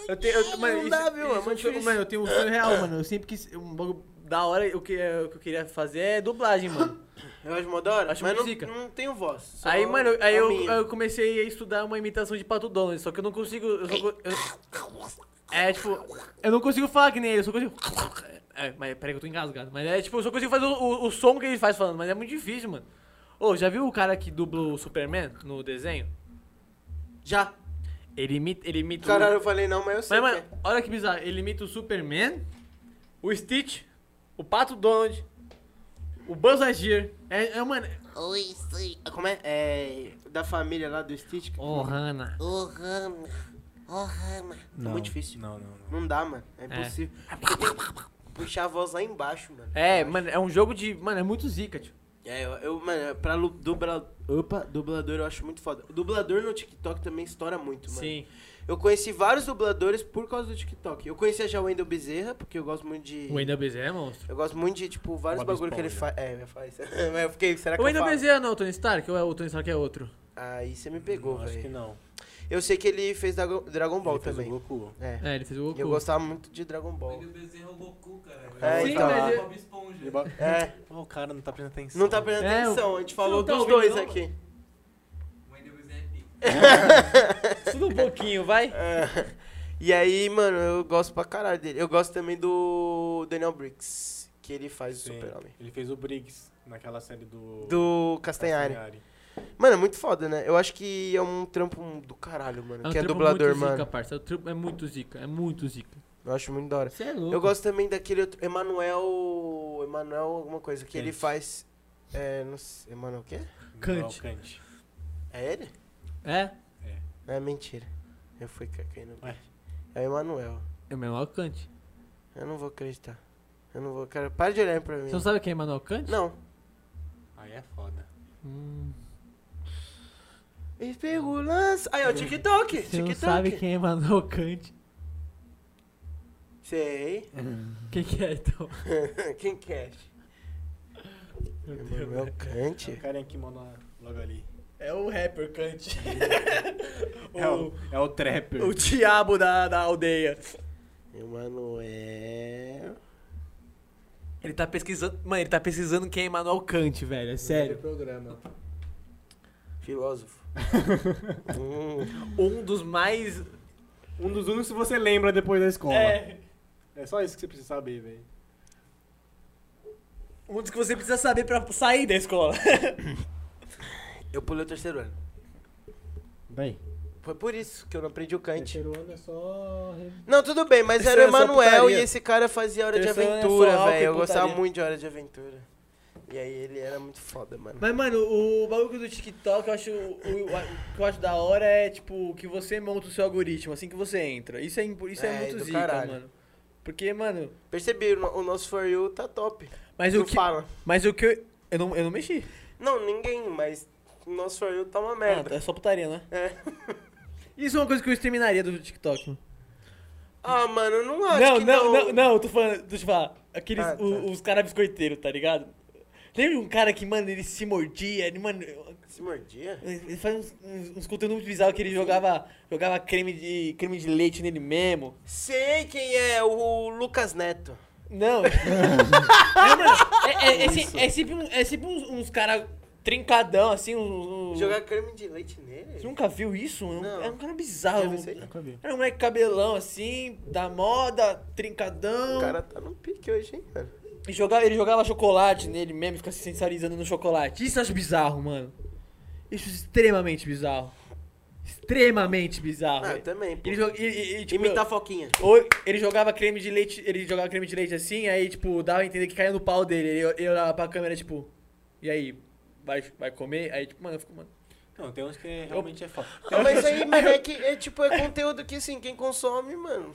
S6: é
S3: Eu tenho, eu- mano,
S1: Não
S3: isso-
S1: dá, viu? É muito
S3: isso um sonho-
S1: difícil.
S3: Mano, eu tenho um
S1: [COUGHS]
S3: sonho real, mano. Eu sempre quis. Um bagulho da hora, o que, o que eu queria fazer é dublagem, mano.
S1: Eu acho mó da hora,
S3: Acho
S1: mas
S3: muito
S1: não,
S3: zica.
S1: não tenho voz. só
S3: aí, mano, aí
S1: a
S3: eu,
S1: minha.
S3: eu comecei a estudar uma imitação de Pato Donald, só que eu não consigo. Eu só, co- eu- é, tipo, eu não consigo falar que nem ele, eu só consigo. É, mas peraí que eu tô engasgado. Mas é tipo, eu só consigo fazer o, o, o som que ele faz falando, mas é muito difícil, mano. Ô, já viu o cara que dubla o Superman no desenho?
S1: Já.
S3: Ele imita. Ele imita o-
S1: Caralho, eu falei não, mas eu sei.
S3: Mas,
S1: que é.
S3: mano, olha que bizarro. Ele imita o Superman, o Stitch, o Pato Donald, o Buzz Lightyear. É, é mano...
S6: Oi, sim.
S1: é. Como é? É. Da família lá do Stitch. cara.
S3: Oh, Hannah.
S6: Ô, Rama. Ô, Rama.
S1: Não, muito difícil.
S2: Não, não, não.
S1: Não dá, mano. É impossível. Porque tem que Puxar a voz lá embaixo, mano.
S3: É, mano, é um jogo de... Mano, é muito zica, tio.
S1: É, eu, eu, mano, pra lu- dubla, opa, dublador eu acho muito foda. O dublador no TikTok também estoura muito, mano.
S3: Sim.
S1: Eu conheci vários dubladores por causa do TikTok. Eu conhecia já o Wendel Bezerra, porque eu gosto muito de.
S3: O Wendel Bezerra é monstro.
S1: Eu gosto muito de, tipo, vários
S2: Bob
S1: bagulho que ele
S2: Esponja.
S1: faz. É, eu falo isso. [LAUGHS] Mas eu fiquei, será que
S3: O
S1: eu
S3: Wendel
S1: falo?
S3: Bezerra não é o Tony Stark? Ou é o Tony Stark é outro?
S1: Aí você me pegou,
S2: Acho que
S1: velho.
S2: não.
S1: Eu sei que ele fez Drago- Dragon Ball
S2: Ele fez o
S1: também.
S2: Goku.
S1: É.
S3: É, ele fez o Goku.
S1: E eu gostava muito de Dragon Ball.
S8: Ele desenha o Goku, cara.
S1: É,
S3: Sim,
S1: então.
S3: mas-
S8: Bob Esponja.
S2: Ele ba-
S1: É,
S2: Ó, o cara não tá prestando atenção.
S1: não tá prestando
S3: É,
S1: atenção. A gente falou
S3: não tá
S1: dos
S3: ouvindo,
S1: dois
S3: não,
S1: aqui.
S8: Mãe do Desenho é pica.
S3: Tudo um pouquinho, [LAUGHS] vai.
S1: É. [LAUGHS] E aí, mano, eu gosto pra caralho dele. Eu gosto também do Daniel Briggs, que ele faz
S2: Sim.
S1: o Super-Homem.
S2: Ele fez o Briggs naquela série do.
S1: Do Castanhari. Mano, é muito foda, né? Eu acho que é um trampo do caralho, mano.
S3: um
S1: que é
S3: trampo
S1: dublador,
S3: muito
S1: mano.
S3: Zica, parça. É um trampo- É muito zica, é muito zica.
S1: Eu acho muito da hora.
S3: Você é louco.
S1: Eu gosto também daquele outro. Emanuel. Emanuel, alguma coisa, que ele
S2: Kant.
S1: faz. É, não sei. Emanuel o quê?
S3: Kant.
S2: Cante.
S1: É ele?
S3: É?
S1: É mentira. Eu fui caindo.
S2: Ué.
S1: É o Emanuel.
S3: É o Manuel Kant.
S1: Eu não vou acreditar. Eu não vou. Cara, para de olhar pra mim.
S3: Você não sabe quem é Manuel Kant?
S1: Não.
S2: Aí é foda.
S3: Hum.
S1: Espegulância. Aí, ó, TikTok.
S3: Você não
S1: TikTok.
S3: sabe quem é Manuel Kant?
S1: Sei. [LAUGHS]
S3: Quem que é, [LAUGHS] então?
S1: quem que é? Emanuel Kant.
S2: É o carinha que manda logo ali.
S3: É o rapper [LAUGHS] Kant.
S2: É o, é o Trapper.
S3: O diabo da, da aldeia.
S1: Emanuel.
S3: Ele tá pesquisando. Mano, ele tá pesquisando quem é Emmanuel Kant, velho. É sério.
S2: programa.
S3: [LAUGHS]
S1: Filósofo. Hum.
S3: Um dos mais.
S2: Um dos únicos que você lembra depois da escola.
S3: É.
S2: É só isso que você precisa saber, velho.
S3: Um dos que você precisa saber pra sair da escola. [LAUGHS]
S1: Eu pulei o terceiro ano.
S4: Bem,
S1: Foi por isso que eu não aprendi o Kant.
S4: terceiro ano é só. re-
S1: Não, tudo bem, mas
S3: Terceiro
S1: era o
S3: é só
S1: Emanuel e
S3: putaria.
S1: esse cara fazia Hora de
S3: Terceiro é só
S1: Aventura,
S3: álcool e
S1: velho. Eu gostava
S3: putaria.
S1: muito de Hora de Aventura. E aí ele era muito foda, mano.
S3: Mas, mano, o bagulho do TikTok, eu acho. O, o- a- o que eu acho da hora é, tipo, que você monta o seu algoritmo assim que você entra. Isso é, impo- isso é,
S1: É,
S3: muito
S1: do
S3: zica,
S1: caralho.
S3: mano. Porque, mano.
S1: Percebi, o no- o nosso For You tá top.
S3: Mas
S1: não
S3: o que.
S1: fala.
S3: Mas o que. Eu, eu, não, eu não mexi.
S1: Não, ninguém, mas o nosso For You tá uma
S3: Ah,
S1: merda.
S3: é só putaria, né?
S1: É.
S3: Isso é uma coisa que eu exterminaria do TikTok, mano.
S1: Ah, mano, eu não acho
S3: não,
S1: que
S3: não,
S1: não.
S3: não, não, eu tô falando, deixa eu falar. Aqueles,
S1: Ah, tá.
S3: o- os caras biscoiteiros, tá ligado? Lembra de um cara que, mano, ele se mordia, ele, mano,
S1: Se mordia?
S3: ele faz uns, uns, uns conteúdos muito bizarros que ele jogava, jogava creme de, creme de leite nele mesmo.
S1: Sei quem é, o Lucas Neto.
S3: Não. Não, mano, é, é- é se- é sempre, um- é sempre uns, uns caras trincadão, assim, uns... uns-
S1: Jogar creme de leite nele?
S3: Você nunca viu isso? É um,
S1: Não.
S3: é um cara
S1: Já
S3: bizarro.
S1: vi isso aí?
S4: Nunca vi.
S3: Era um moleque cabelão, assim, da moda, trincadão.
S1: O cara tá no pique hoje, hein, mano.
S3: E jogava, ele jogava chocolate nele mesmo, ficava se sensualizando no chocolate. Isso eu acho bizarro, mano. Isso é extremamente bizarro. extremamente bizarro.
S1: Ah,
S3: velho.
S1: eu também, pô.
S3: é. Ele joga- e- e- e, tipo,
S1: Imitar a Foquinha.
S3: ou ele jogava creme de leite, ele jogava creme de leite assim, aí, tipo, dava a entender que caía no pau dele. Ele, ele olhava pra câmera, tipo, e aí, vai, vai comer? Aí, tipo, mano, eu fico, mano.
S2: Não, tem uns que realmente é foda.
S1: Ah, mas
S3: [LAUGHS]
S1: aí, mano, é que é tipo, é conteúdo que assim, quem consome, mano.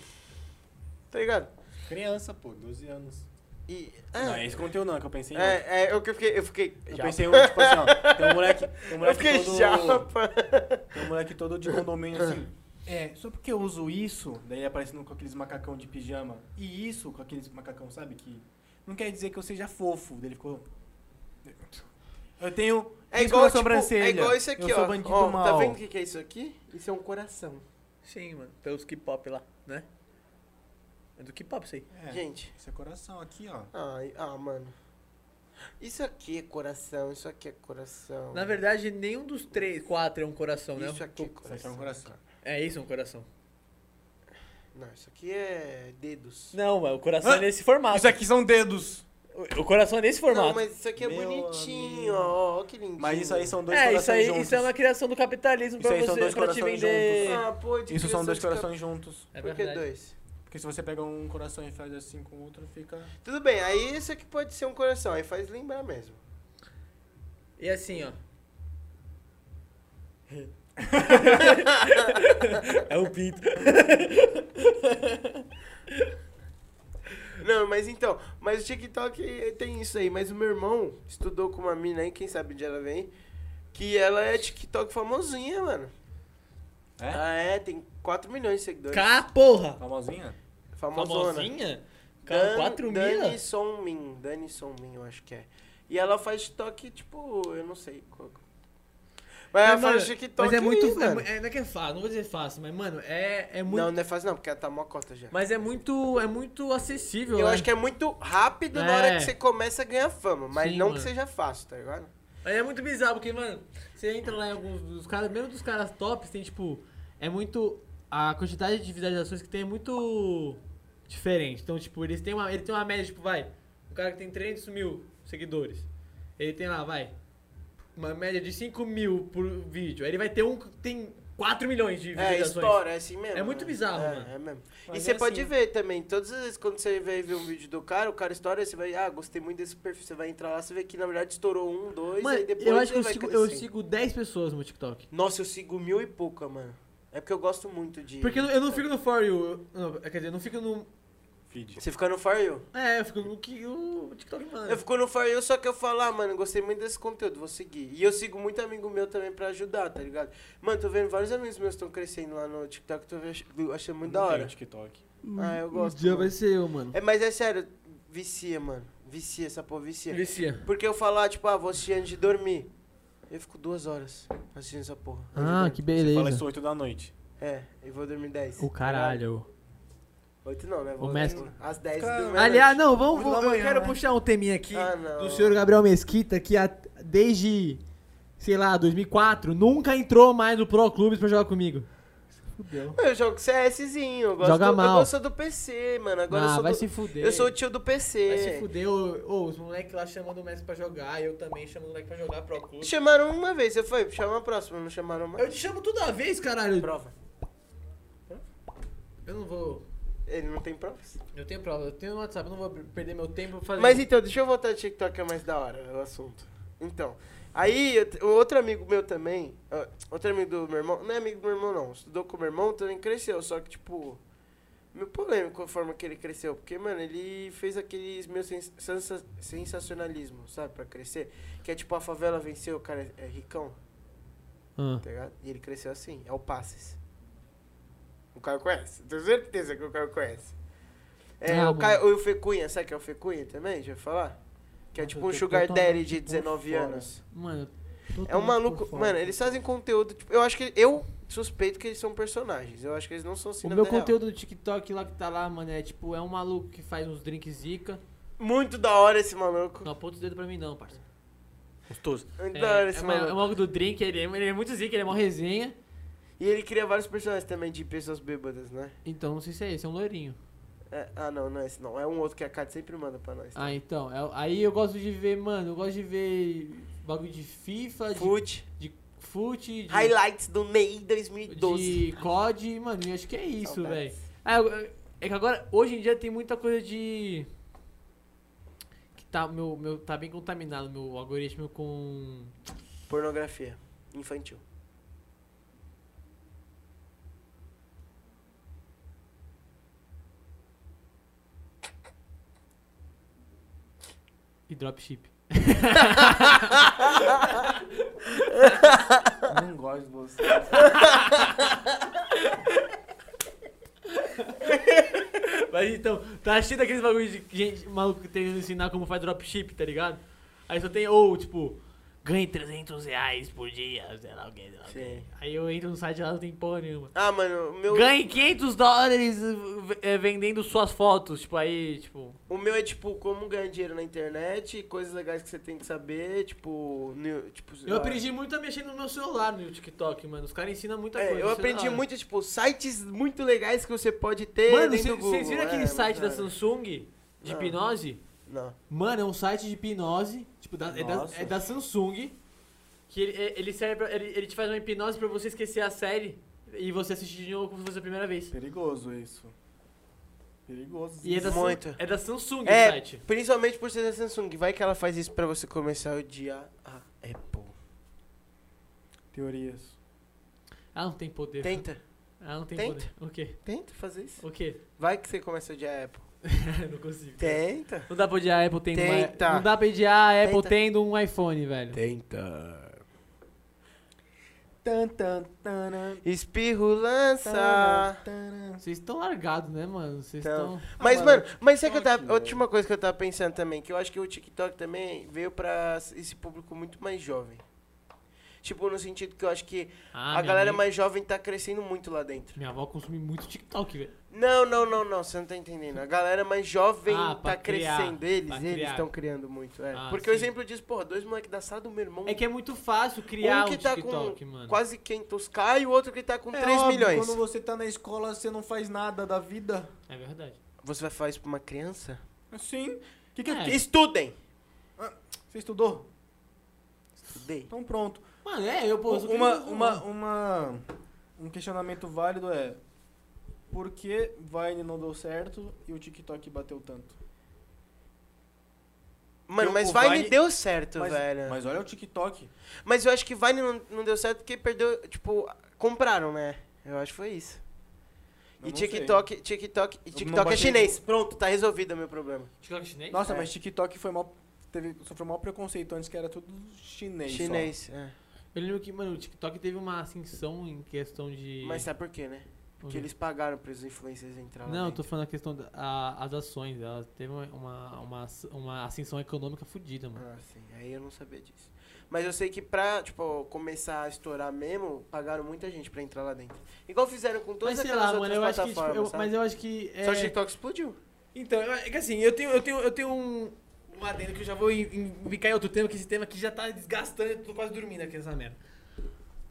S1: Tá ligado?
S2: Criança, pô, 12 anos.
S1: E.
S4: Ah.
S2: Não, é
S1: É,
S2: esse conteúdo não, é que eu pensei em outro.
S1: é, é o que eu fiquei. Eu fiquei.
S2: Eu
S1: japa.
S2: pensei em outro, tipo assim, ó, tem um moleque, tem um
S1: Eu
S2: moleque
S1: fiquei [LAUGHS]
S2: todo...
S1: japa.
S2: Tem um moleque todo de condomínio assim. É, só porque eu uso isso, daí ele aparece no- com aqueles macacão de pijama. E isso com aqueles macacão, sabe? Que não quer dizer que eu seja fofo. Daí ele ficou. Eu tenho.
S1: É
S2: risco
S1: igual,
S2: na
S1: tipo,
S2: sobrancelha.
S1: é igual isso aqui,
S2: eu sou
S1: ó.
S2: bandido
S1: Ó,
S2: mal.
S1: Tá vendo o que, que é isso aqui? Isso é um coração.
S3: Sim, mano, pelos K-pop lá, né? É do K-pop isso aí.
S2: É,
S1: Gente.
S2: Esse é coração aqui, ó.
S1: Ai, ah, mano. Isso aqui é coração, isso aqui é coração.
S3: Na verdade, nenhum dos três, quatro é um coração, né?
S1: Isso aqui é
S2: Isso aqui é
S1: coração.
S2: um coração.
S3: É isso, é um coração.
S1: Não, isso aqui é dedos.
S3: Não, é o coração
S2: Hã?
S3: é nesse formato.
S2: Isso aqui são dedos.
S3: O- O coração é nesse formato.
S1: Não, mas isso aqui é
S2: Meu
S1: bonitinho,
S2: amigo.
S1: ó. ó, que lindinho.
S2: Mas isso aí são dois
S3: É,
S2: corações
S3: isso aí
S2: juntos.
S3: isso é uma criação do capitalismo
S2: Isso
S3: pra
S2: aí são
S3: você,
S2: dois
S3: pra te
S2: corações
S3: vender.
S2: juntos.
S1: Ah, pô, de
S2: Isso são
S1: criança
S2: dois
S1: de cap-
S2: corações juntos.
S3: É
S1: Por que
S3: verdade.
S1: dois?
S2: Porque se você pega um coração e faz assim com o outro, fica.
S1: Tudo bem, aí isso aqui pode ser um coração, aí faz lembrar mesmo.
S3: E assim, ó. é um pinto.
S1: Não, mas então, mas o TikTok eh, tem isso aí. Mas o meu irmão estudou com uma mina aí, quem sabe onde ela vem, que ela é TikTok famosinha, mano.
S2: É?
S1: Ah, é, tem 4 milhões de seguidores.
S3: Cá, porra!
S2: Famosinha?
S1: Famosona.
S3: Famosinha? Cara,
S1: Dan,
S3: 4
S1: Dani
S3: mil?
S1: Sonmin, Dani Sonmin, eu acho que é. E ela faz TikTok, tipo, eu não sei. qual- Mas ela faz TikTok
S5: Mas é
S1: aí,
S5: muito. é
S1: mano.
S5: mu- é- não é que é fácil, não vou dizer fácil, mas, mano, é, é muito.
S1: Não, não é fácil não, porque ela tá mó cota já.
S5: Mas é muito. É muito acessível.
S1: Eu
S5: né?
S1: acho que é muito rápido na
S5: É.
S1: hora que você começa a ganhar fama, mas
S5: Sim,
S1: não que
S5: mano.
S1: seja fácil, tá ligado?
S5: Mas é muito bizarro, porque, mano, você entra lá em alguns dos caras, mesmo dos caras tops, tem tipo. É muito. A quantidade de visualizações que tem é muito diferente. Então, tipo, eles têm uma, ele tem uma média, tipo, vai. O cara que tem 300 mil seguidores. Ele tem lá, vai. Uma média de 5 mil por vídeo. Aí ele vai ter um que tem 4 milhões de
S1: É,
S5: visualizações.
S1: história, é assim mesmo.
S5: É muito
S1: né?
S5: bizarro,
S1: é,
S5: mano.
S1: É mesmo. e
S2: Mas
S1: você
S2: é
S1: pode
S2: assim.
S1: ver também, todas as vezes quando você vai ver um vídeo do cara, o cara estoura, você vai, ah, gostei muito desse perfil, você vai entrar lá, você vê que na verdade estourou um, dois,
S5: Mano,
S1: aí depois
S5: eu acho que
S1: ele
S5: eu
S1: vai
S5: sigo, eu
S1: crescendo.
S5: sigo 10 pessoas no TikTok.
S1: Nossa, eu sigo mil e pouca, mano. É porque eu gosto muito de...
S5: Porque eu, eu não fico no For You. eu- não, quer dizer, eu não fico no.
S2: Feed.
S1: Você fica no For You.
S5: É, eu fico no que o TikTok manda.
S1: Eu fico no For You, só que eu falo, ah, mano, gostei muito desse conteúdo, vou seguir. E eu sigo muito amigo meu também pra ajudar, tá ligado? Mano, tô vendo vários amigos meus estão crescendo lá no TikTok, tô ach- achando muito da
S2: Não tem
S1: hora.
S2: TikTok.
S1: Ah, eu gosto.
S5: Um dia
S1: mano.
S5: vai ser eu, mano.
S1: É, mas é sério, vicia, mano. Vicia, essa porra vicia.
S5: Vicia.
S1: Porque eu falar, tipo, ah, vou assistir antes de dormir. Eu fico duas horas assistindo essa porra. antes de
S5: Ah,
S1: dormir.
S5: que
S2: Você fala isso
S5: beleza.
S2: 8 da noite.
S1: É, eu vou dormir dez.
S5: O caralho.
S1: Oito não, né? Vou
S5: Ô, mestre.
S1: dormir Às dez
S2: Cara,
S1: do
S5: Aliás, não, vamos.
S2: Oito da
S5: eu
S2: manhã,
S5: quero
S2: né?
S5: puxar um teminha aqui
S1: Ah, não.
S5: do senhor Gabriel Mesquita, que há- desde, sei lá, 2004, nunca entrou mais no Pro Clubes pra jogar comigo. Fudeu.
S1: Eu jogo CSzinho. Eu gosto
S5: Joga
S1: do,
S5: mal.
S1: Eu gosto do PC, mano. Agora eu
S5: ah,
S1: sou
S5: vai
S1: do-
S5: se fuder.
S1: Eu sou o tio do PC.
S3: Vai se fuder, ô, ô, os moleques lá chamando o Messi pra jogar, eu também chamo o moleque pra jogar pro clube.
S1: Chamaram uma vez, eu fui, chama a próxima, não chamaram mais.
S3: Eu te chamo toda vez, caralho.
S1: Prova.
S3: Eu não vou.
S1: Ele não tem provas.
S3: Eu tenho prova, eu tenho no WhatsApp, eu não vou perder meu tempo fazendo.
S1: Mas então, deixa eu voltar ao TikTok, que é mais da hora o assunto. Então, aí eu te- o outro amigo meu também, ah, outro amigo do meu irmão, não é amigo do meu irmão não, estudou com o meu irmão, também cresceu, só que tipo, meio polêmico a forma que ele cresceu, porque mano, ele fez aqueles meus sens- sensa- sensacionalismo, sabe, pra crescer, que é tipo a favela venceu, o cara é é ricão,
S5: Ah.
S1: tá ligado? E ele cresceu assim, é o Passes. O cara conhece, tenho certeza que o cara conhece. É,
S5: Ah,
S1: o, Caio, o Fecunha, sabe que é o Fecunha também? Já falar? Que é
S2: Nossa,
S1: tipo
S2: eu
S1: um
S2: tô
S1: sugar daddy
S2: totalmente
S1: de
S2: por
S1: 19
S2: fora.
S1: anos.
S5: Mano,
S1: É um maluco... Mano, eles fazem conteúdo... Tipo, eu acho que... Eu suspeito que eles são personagens. Eu acho que eles não são assim
S5: O
S1: na
S5: meu
S1: vida real.
S5: conteúdo do TikTok lá que tá lá, mano, é tipo, é um maluco que faz uns drinks zica.
S1: Muito da hora esse maluco.
S5: Não aponta os dedos pra mim não, parça.
S1: Muito
S5: É,
S1: da hora
S5: é,
S1: esse
S5: uma-
S1: maluco.
S5: é um maluco do drink, ele é, ele é muito zica, ele é mó resenha.
S1: E ele cria vários personagens também de pessoas bêbadas, né?
S5: Então, não sei se é esse, é um loirinho.
S1: É- ah, não, não é esse não. É um outro que a Kat sempre manda pra nós.
S5: Ah, então. é- aí eu gosto de ver, mano, eu gosto de ver bagulho de FIFA, de,
S1: Fute.
S5: de
S3: fute, de,
S1: Highlights do MEI 2012.
S3: de COD, mano, e acho que é isso, velho. Ah, eu- eu- É que agora, hoje em dia tem muita coisa de... Que tá, meu, meu, tá bem contaminado, meu algoritmo com...
S1: Pornografia infantil.
S3: E dropship.
S2: Não gosto de você. É
S3: Mas então, tá cheio daqueles bagulho de gente maluco que tentando ensinar como faz dropship, tá ligado? Aí só tem, ou tipo, ganhe 300 reais por dia, sei lá o que, sei lá o quê.
S1: Sim.
S3: Aí eu entro no site lá, não tem porra nenhuma.
S1: Ah, mano, o meu,
S3: Ganhe 500 dólares uh, v- eh, vendendo suas fotos, tipo, aí, tipo...
S1: o meu é tipo como ganhar dinheiro na internet, coisas legais que você tem que saber, tipo. ne- tipo sei
S3: Eu
S1: lá.
S3: aprendi muito a mexer no meu celular no TikTok, mano. Os caras ensinam muita
S1: É,
S3: coisa.
S1: eu aprendi muito, tipo, sites muito legais que você pode ter.
S3: Mano,
S1: dentro do Google.
S3: vocês viram aquele
S1: É,
S3: site da
S1: mas não,
S3: Samsung de
S1: Não.
S3: hipnose?
S1: Não.
S3: Mano, é um site de hipnose, tipo, da- é, da,
S2: Nossa.
S3: é da Samsung, que ele, é- ele serve pra- ele, ele te faz uma hipnose pra você esquecer a série e você assistir de novo como se fosse a primeira vez.
S2: Perigoso isso. Perigoso.
S3: E é da, Sam-
S1: Muito.
S3: é da Samsung
S1: É.
S3: o site.
S1: Principalmente por ser da Samsung. Vai que ela faz isso pra você começar a odiar a Apple.
S2: Teorias.
S3: Ah, não tem poder.
S1: Tenta,
S3: Ah, não tem
S1: Tenta.
S3: poder. O quê?
S1: tenta fazer isso.
S3: O quê? [LAUGHS]
S1: Vai que você começa a odiar a Apple.
S3: não consigo.
S1: Tenta.
S3: Não dá pra odiar a Apple tendo
S1: Tenta.
S3: uma... Não dá pra odiar a Apple
S1: Tenta.
S3: tendo um iPhone, velho.
S1: Tenta.
S2: Tan, tan, tanan,
S1: Espirro lança.
S2: tanan, tanan.
S3: Vocês estão largados, né, mano? Vocês
S1: Então.
S3: estão...
S1: Mas,
S2: Ah,
S1: mano,
S2: mano,
S1: mas sabe que eu
S2: TikTok,
S1: tava. Última coisa que eu tava pensando também, que eu acho que o TikTok também veio pra esse público muito mais jovem. Tipo, no sentido que eu acho que
S3: Ah,
S1: a
S3: minha
S1: galera
S3: mãe-
S1: mais jovem tá crescendo muito lá dentro.
S3: Minha avó consome muito TikTok, velho.
S1: Não, não, não, não, você não tá entendendo. A galera mais jovem
S3: Ah,
S1: tá
S3: pra criar,
S1: crescendo. Eles,
S3: pra
S1: eles
S3: criar.
S1: estão criando muito, é.
S3: Ah,
S1: Porque o
S3: sim.
S1: exemplo disso, porra, dois moleques da sala do meu irmão,
S3: É que é muito fácil criar um,
S1: que tá com
S3: TikTok, mano.
S1: quase 500k, e o outro que tá com
S2: É
S1: 3
S2: óbvio,
S1: milhões.
S2: Quando você tá na escola, você não faz nada da vida.
S3: É verdade.
S1: Você vai falar isso pra uma criança?
S2: Sim. O que, que
S3: É.
S1: Estudem!
S2: Você estudou?
S1: Estudei.
S2: Então pronto.
S3: Mano, é, eu, pô, eu sou
S2: uma,
S3: criminoso,
S2: uma,
S3: mano.
S2: uma, um questionamento válido é por que Vine não deu certo e o TikTok bateu tanto?
S1: Mano,
S2: Eu-
S1: mas
S2: o
S1: Vine,
S2: Vine-
S1: deu certo,
S2: mas,
S1: velho. Mas...
S2: mas olha o TikTok.
S1: eu acho que Vine não, não deu certo porque perdeu, tipo, compraram, né? Eu acho que foi isso.
S2: Eu
S1: e
S2: não sei.
S1: TikTok, TikTok, e
S2: não
S1: TikTok é
S2: baixei-
S1: chinês. Pronto, tá resolvido o meu problema.
S3: TikTok chinês?
S2: Nossa,
S1: É.
S2: mas TikTok foi mal, teve, sofreu mal preconceito antes que era tudo chinês. só.
S1: Chinês, é.
S3: Eu lembro que, mano, o TikTok teve uma ascensão em questão de.
S1: Mas sabe por quê, né? Porque eles pagaram pros influencers entrar lá
S3: Não, eu tô
S1: dentro.
S3: falando a questão das ações. Ela teve uma, uma, uma, as- uma ascensão econômica fodida, mano.
S1: Ah, sim. Aí eu não sabia disso. Mas eu sei que pra, tipo, começar a estourar mesmo, pagaram muita gente pra entrar lá dentro. Igual fizeram com todas
S3: Mas sei
S1: aquelas
S3: lá, mano,
S1: outras
S3: eu acho que. Tipo,
S1: plataformas,
S3: eu-
S1: sabe?
S3: mas eu acho que.
S1: Só o
S3: é-
S1: TikTok explodiu.
S3: Então, eu- é que assim, eu tenho, eu tenho, eu tenho um, um adendo que eu já vou em- em- bicar em outro tema, que esse tema aqui já tá desgastando, eu tô quase dormindo aqui nessa merda.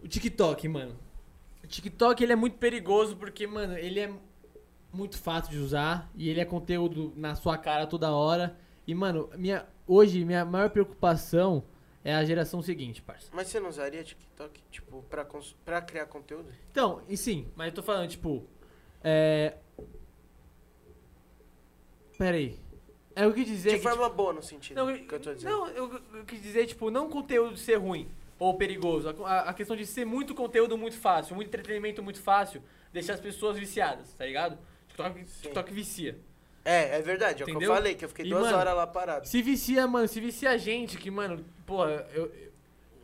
S3: O TikTok, mano. O TikTok, ele é muito perigoso porque, mano, ele é muito fácil de usar e ele é conteúdo na sua cara toda hora. E, mano, minha, hoje minha maior preocupação é a geração seguinte, parça.
S1: Mas você não usaria TikTok, tipo, pra, cons- pra criar conteúdo?
S3: Então, e sim, mas eu tô falando, tipo. É. Peraí. É o que dizer.
S1: De
S3: que,
S1: forma boa, no sentido
S3: Não,
S1: que eu tô dizendo.
S3: não, eu, eu quis dizer, tipo, não conteúdo ser ruim ou perigoso. A, a- a questão de ser muito conteúdo muito fácil, muito entretenimento muito fácil, deixar as pessoas viciadas, tá ligado? TikTok, TikTok vicia.
S1: É, é verdade, é o que eu
S3: Entendeu?
S1: falei, que eu fiquei
S3: E,
S1: duas
S3: mano,
S1: horas lá parado.
S3: Se vicia, mano, se vicia a gente, que, mano, porra, eu.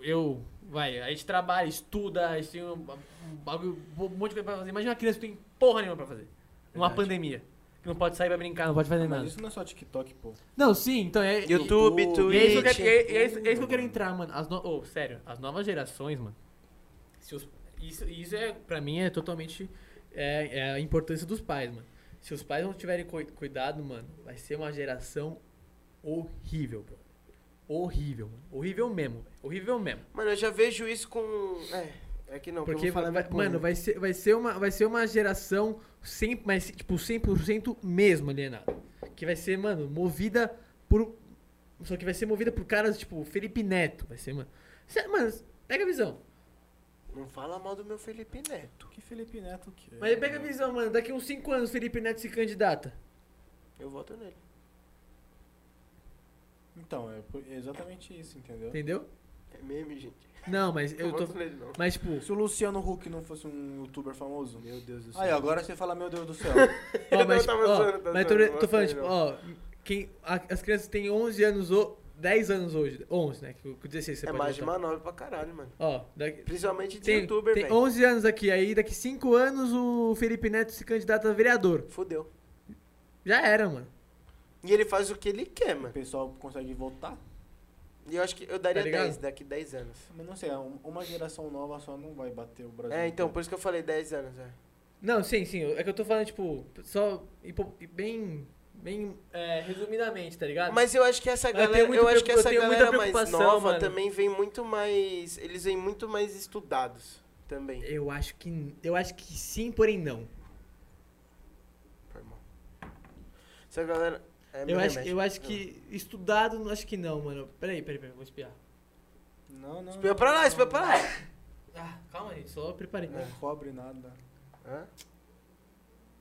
S3: Eu. Vai, a gente trabalha, estuda, a gente tem um, um bagulho, um monte de coisa pra fazer. Imagina uma criança que não tem porra nenhuma pra fazer. Numa
S2: Verdade.
S3: pandemia. Que não pode sair pra brincar, não pode
S1: Ah,
S3: fazer
S2: Mas
S3: nada.
S2: isso não é só TikTok, pô.
S3: Não, sim, então é.
S1: YouTube,
S2: YouTube.
S3: E é isso que eu
S1: Twitch.
S3: quero, é- é isso- é isso que eu quero entrar, mano. As no... Ô, sério, as novas gerações, mano. se os- Isso, isso é, pra mim, é totalmente é, é a importância dos pais, mano. Se os pais não tiverem cui- cuidado, mano, vai ser uma geração horrível, bro. Horrível, mano. Horrível mesmo, velho. horrível mesmo.
S1: Mano, eu já vejo isso com. É, é que não, que
S3: Porque,
S1: eu vou falar
S3: vai-
S1: minha
S3: mano,
S1: porra.
S3: vai ser, vai ser uma, vai ser uma geração 100, mas, tipo, 100% mesmo alienada. Que vai ser, mano, movida por... Só que vai ser movida por caras, tipo, Felipe Neto. Vai ser, mano... Cê- mano, pega a visão.
S1: Não fala mal do meu Felipe Neto.
S2: Que Felipe Neto que é.
S3: Mas ele pega a visão, mano. Daqui uns 5 anos o Felipe Neto se candidata.
S1: Eu voto nele.
S2: Então, é por- é exatamente isso, entendeu?
S3: Entendeu?
S1: É meme, gente.
S3: Não, mas
S1: Eu
S3: eu
S1: não
S3: tô.
S1: voto nele, não.
S3: Mas, tipo,
S2: Se o Luciano Huck não fosse um youtuber famoso.
S1: Meu Deus do céu.
S2: Aí, ó, agora você fala, meu Deus do céu.
S3: ó,
S1: Eu
S3: mas,
S1: tava
S3: ó,
S1: zoando, tava
S3: mas eu tô,
S1: zoando, não
S3: tô falando,
S1: gostei,
S3: tipo, ó, quem, a- as crianças têm 11 anos ou 10 anos hoje. 11, né? Que o que o 16 você
S1: É
S3: pode
S1: mais de
S3: botar.
S1: manobra pra caralho, mano.
S3: Ó, daqui,
S1: Principalmente de
S3: tem,
S1: youtuber,
S3: tem
S1: velho.
S3: 11 anos aqui, aí daqui 5 anos o Felipe Neto se candidata a vereador.
S1: Fudeu.
S3: Já era, mano.
S1: E ele faz o que ele quer,
S2: o
S1: mano.
S2: pessoal consegue votar.
S1: E eu acho que eu daria
S3: Tá ligado?
S1: 10 daqui 10 anos.
S2: Mas não sei, um- uma geração nova só não vai bater o Brasil.
S3: um
S1: É, então,
S2: inteiro.
S1: por isso que eu falei 10 anos, é.
S3: Não, sim, sim. É que eu tô falando, tipo, só hipo- bem. Bem. é, resumidamente, tá ligado?
S1: Mas eu acho que essa
S3: Mas eu tenho
S1: galera, eu,
S3: muita
S1: acho que
S3: preocupa-
S1: essa
S3: eu tenho muita
S1: galera mais
S3: preocupação,
S1: nova
S3: mano.
S1: também vem muito mais, eles vêm muito mais estudados também.
S3: Eu acho que. Eu acho que sim, porém não.
S1: Pô, irmão. Essa galera é Ah. meu
S3: eu, acho,
S1: remédio.
S3: eu acho que. Estudado, não acho que não, mano. Peraí, peraí, peraí, vou espiar.
S2: Não, não.
S1: Espia pra lá, espia pra lá.
S3: Ah, calma, gente, só preparei.
S1: Ah.
S2: Não cobre nada.
S1: Hã?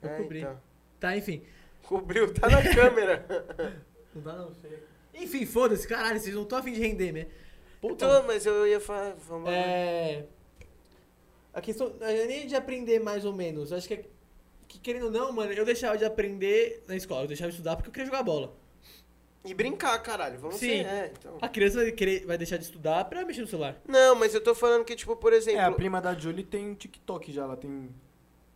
S3: Eu
S1: É,
S3: cobri.
S1: então.
S3: Tá, enfim.
S1: Cobriu, tá na câmera.
S3: Não dá não, chega. Enfim, foda-se, caralho, vocês não estão afim de render, né? [LAUGHS] Puta.
S1: Tô, Então, mas eu ia falar, vamos lá.
S3: É. A questão. não é Nem de aprender mais ou menos. Acho que, é- que querendo ou não, mano, eu deixava de aprender na escola, eu deixava de estudar porque eu queria jogar bola.
S1: E brincar, caralho, vamos
S3: Sim.
S1: ser, é, então.
S3: A criança vai, querer, vai deixar de estudar pra mexer no celular.
S1: Não, mas eu tô falando que, tipo, por
S2: É, a
S1: exemplo...
S2: prima da Julie tem um TikTok já, ela tem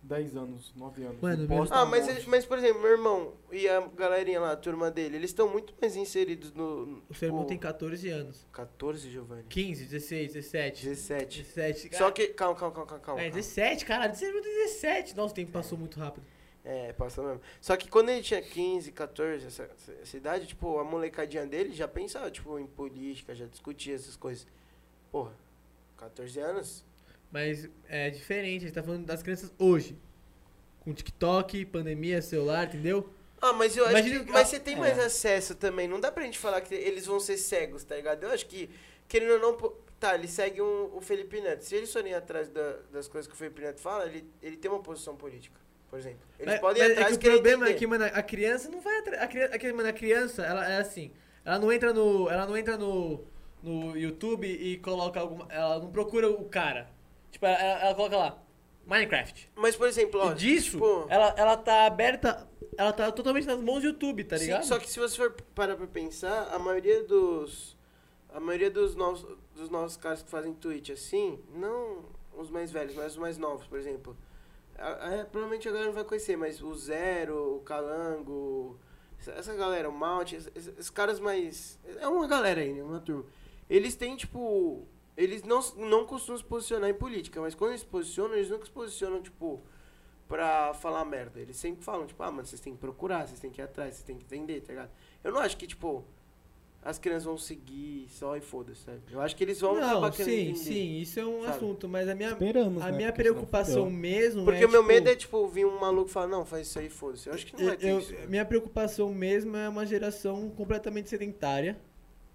S2: 10 anos, 9 anos.
S3: Mano,
S2: E
S3: meu-
S2: posta
S1: Ah,
S2: um
S1: mas,
S2: monte.
S3: é-
S1: ele- mas, por exemplo, meu irmão e a galerinha lá, a turma dele, eles estão muito mais inseridos no...
S3: O seu irmão
S1: no-
S3: tem 14 anos.
S1: 14, Giovanni.
S3: 15, 16, 17.
S1: 17.
S3: 17.
S1: Só que. Calma, calma, calma, calma. calma.
S3: É, 17, caralho. Seu irmão tem 17. Nossa, o tempo passou muito rápido.
S1: É, passou mesmo. Só que quando ele tinha 15, 14, essa, essa idade, tipo, a molecadinha dele já pensava, tipo, em política, já discutia essas coisas. Porra, 14 anos?
S3: Mas é diferente, a gente tá falando das crianças hoje. Com TikTok, pandemia, celular, entendeu?
S1: Ah, mas eu acho
S3: Imagina-
S1: que. Mas você tem
S2: é.
S1: mais acesso também. Não dá pra gente falar que eles vão ser cegos, tá ligado? Eu acho que, querendo ou não. pô, Tá, ele segue um- o Felipe Neto. Se eles forem atrás da- das coisas que o Felipe Neto fala, ele, ele tem uma posição política, por exemplo. Eles
S3: Mas-
S1: podem ir
S3: mas
S1: atrás
S3: é
S1: e
S3: que
S1: querer
S3: O problema é
S1: entender.
S3: que, mano, a criança não vai atrás. A criança, é que, mano, a criança, ela é assim. Ela não entra no. Ela não entra no. No YouTube e coloca alguma. Ela não procura o cara. Tipo, ela, ela- ela coloca lá. Minecraft.
S1: Mas, por exemplo, ó,
S3: E disso,
S1: tipo-
S3: ela, ela tá aberta. Ela tá totalmente nas mãos do YouTube, tá
S1: Sim,
S3: ligado?
S1: só que se você for parar pra pensar, a maioria dos. A maioria dos novos, dos novos caras que fazem Twitch assim, não os mais velhos, mas os mais novos, por exemplo. A- a- provavelmente a galera não vai conhecer, mas o Zero, o Calango, essa, essa galera, o Mount, es- es- esses, caras mais. É uma galera aí, né? Uma turma. Eles têm, tipo. Eles não, s- não costumam se posicionar em política, mas quando eles se posicionam, eles nunca se posicionam, tipo pra falar merda. Eles sempre falam, tipo, ah, mano, vocês têm que procurar, vocês têm que ir atrás, vocês têm que entender, tá ligado? Eu não acho que, tipo, as crianças vão seguir só e foda-se, sabe? Eu acho que eles vão
S3: Não,
S1: acabar querendo
S3: sim,
S1: entender.
S3: sim, isso é um
S1: sabe?
S3: assunto, mas a minha,
S4: Esperamos,
S3: a
S4: né?
S3: minha
S4: porque senão
S3: preocupação
S4: fudeu.
S3: mesmo
S1: Porque
S3: é,
S1: o meu
S3: tipo,
S1: medo é, tipo, vir um maluco falar, não, faz isso aí, foda-se. Eu acho que não vai ter
S3: eu-
S1: isso. né?
S3: minha preocupação mesmo é uma geração completamente sedentária.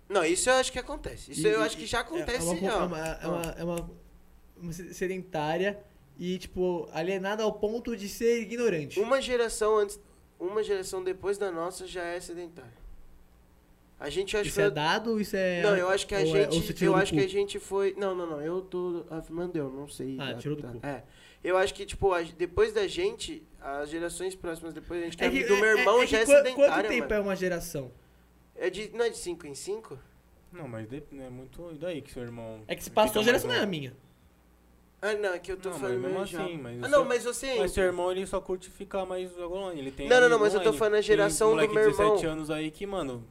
S1: Não, isso eu acho que acontece. Isso
S3: E-
S1: eu
S3: e-
S1: acho que já acontece,
S3: é uma,
S1: ó.
S3: É uma, é uma, é uma- uma se- sedentária e, tipo, alienada ao ponto de ser ignorante.
S1: Uma geração antes. Uma geração depois da nossa já é sedentária. A gente acho
S3: Isso
S1: que
S3: é
S1: foi
S3: dado? Isso é.
S1: Não, eu acho que a
S3: ou é- ou você
S1: gente.
S3: tirou
S1: eu
S3: do
S1: acho
S3: cu?
S1: que a gente foi. Não, não, não. Eu tô afirmando eu, não sei.
S3: Ah,
S1: tá,
S3: tirou do
S1: tá.
S3: cu.
S1: É. Eu acho que, tipo, a- depois da gente, as gerações próximas depois da gente, que
S3: É
S1: é,
S3: que-
S1: do meu
S3: é-
S1: irmão,
S3: é- é
S1: já
S3: que
S1: é
S3: qua-
S1: sedentária,
S3: Quanto tempo
S1: mano.
S3: é uma geração?
S1: É de, não é de 5 em 5?
S2: Não, mas de- é muito. E daí que seu irmão.
S3: É que
S1: Então,
S3: se passou
S2: fica
S3: a geração, não
S2: mais
S3: é a
S2: um-
S3: minha.
S1: Ah, não, é que eu tô
S2: Não, mas
S1: falando
S2: mesmo
S1: meu já.
S2: assim, mas
S1: ah,
S2: o
S1: não,
S2: seu-
S1: mas você.
S2: Mas seu irmão ele só curte ficar mais online. Ele tem
S1: Não, não,
S2: amigo
S1: não, mas eu tô
S2: online.
S1: falando a
S2: Tem
S1: geração do
S2: moleque de
S1: meu irmão.
S2: 17 anos aí que, mano,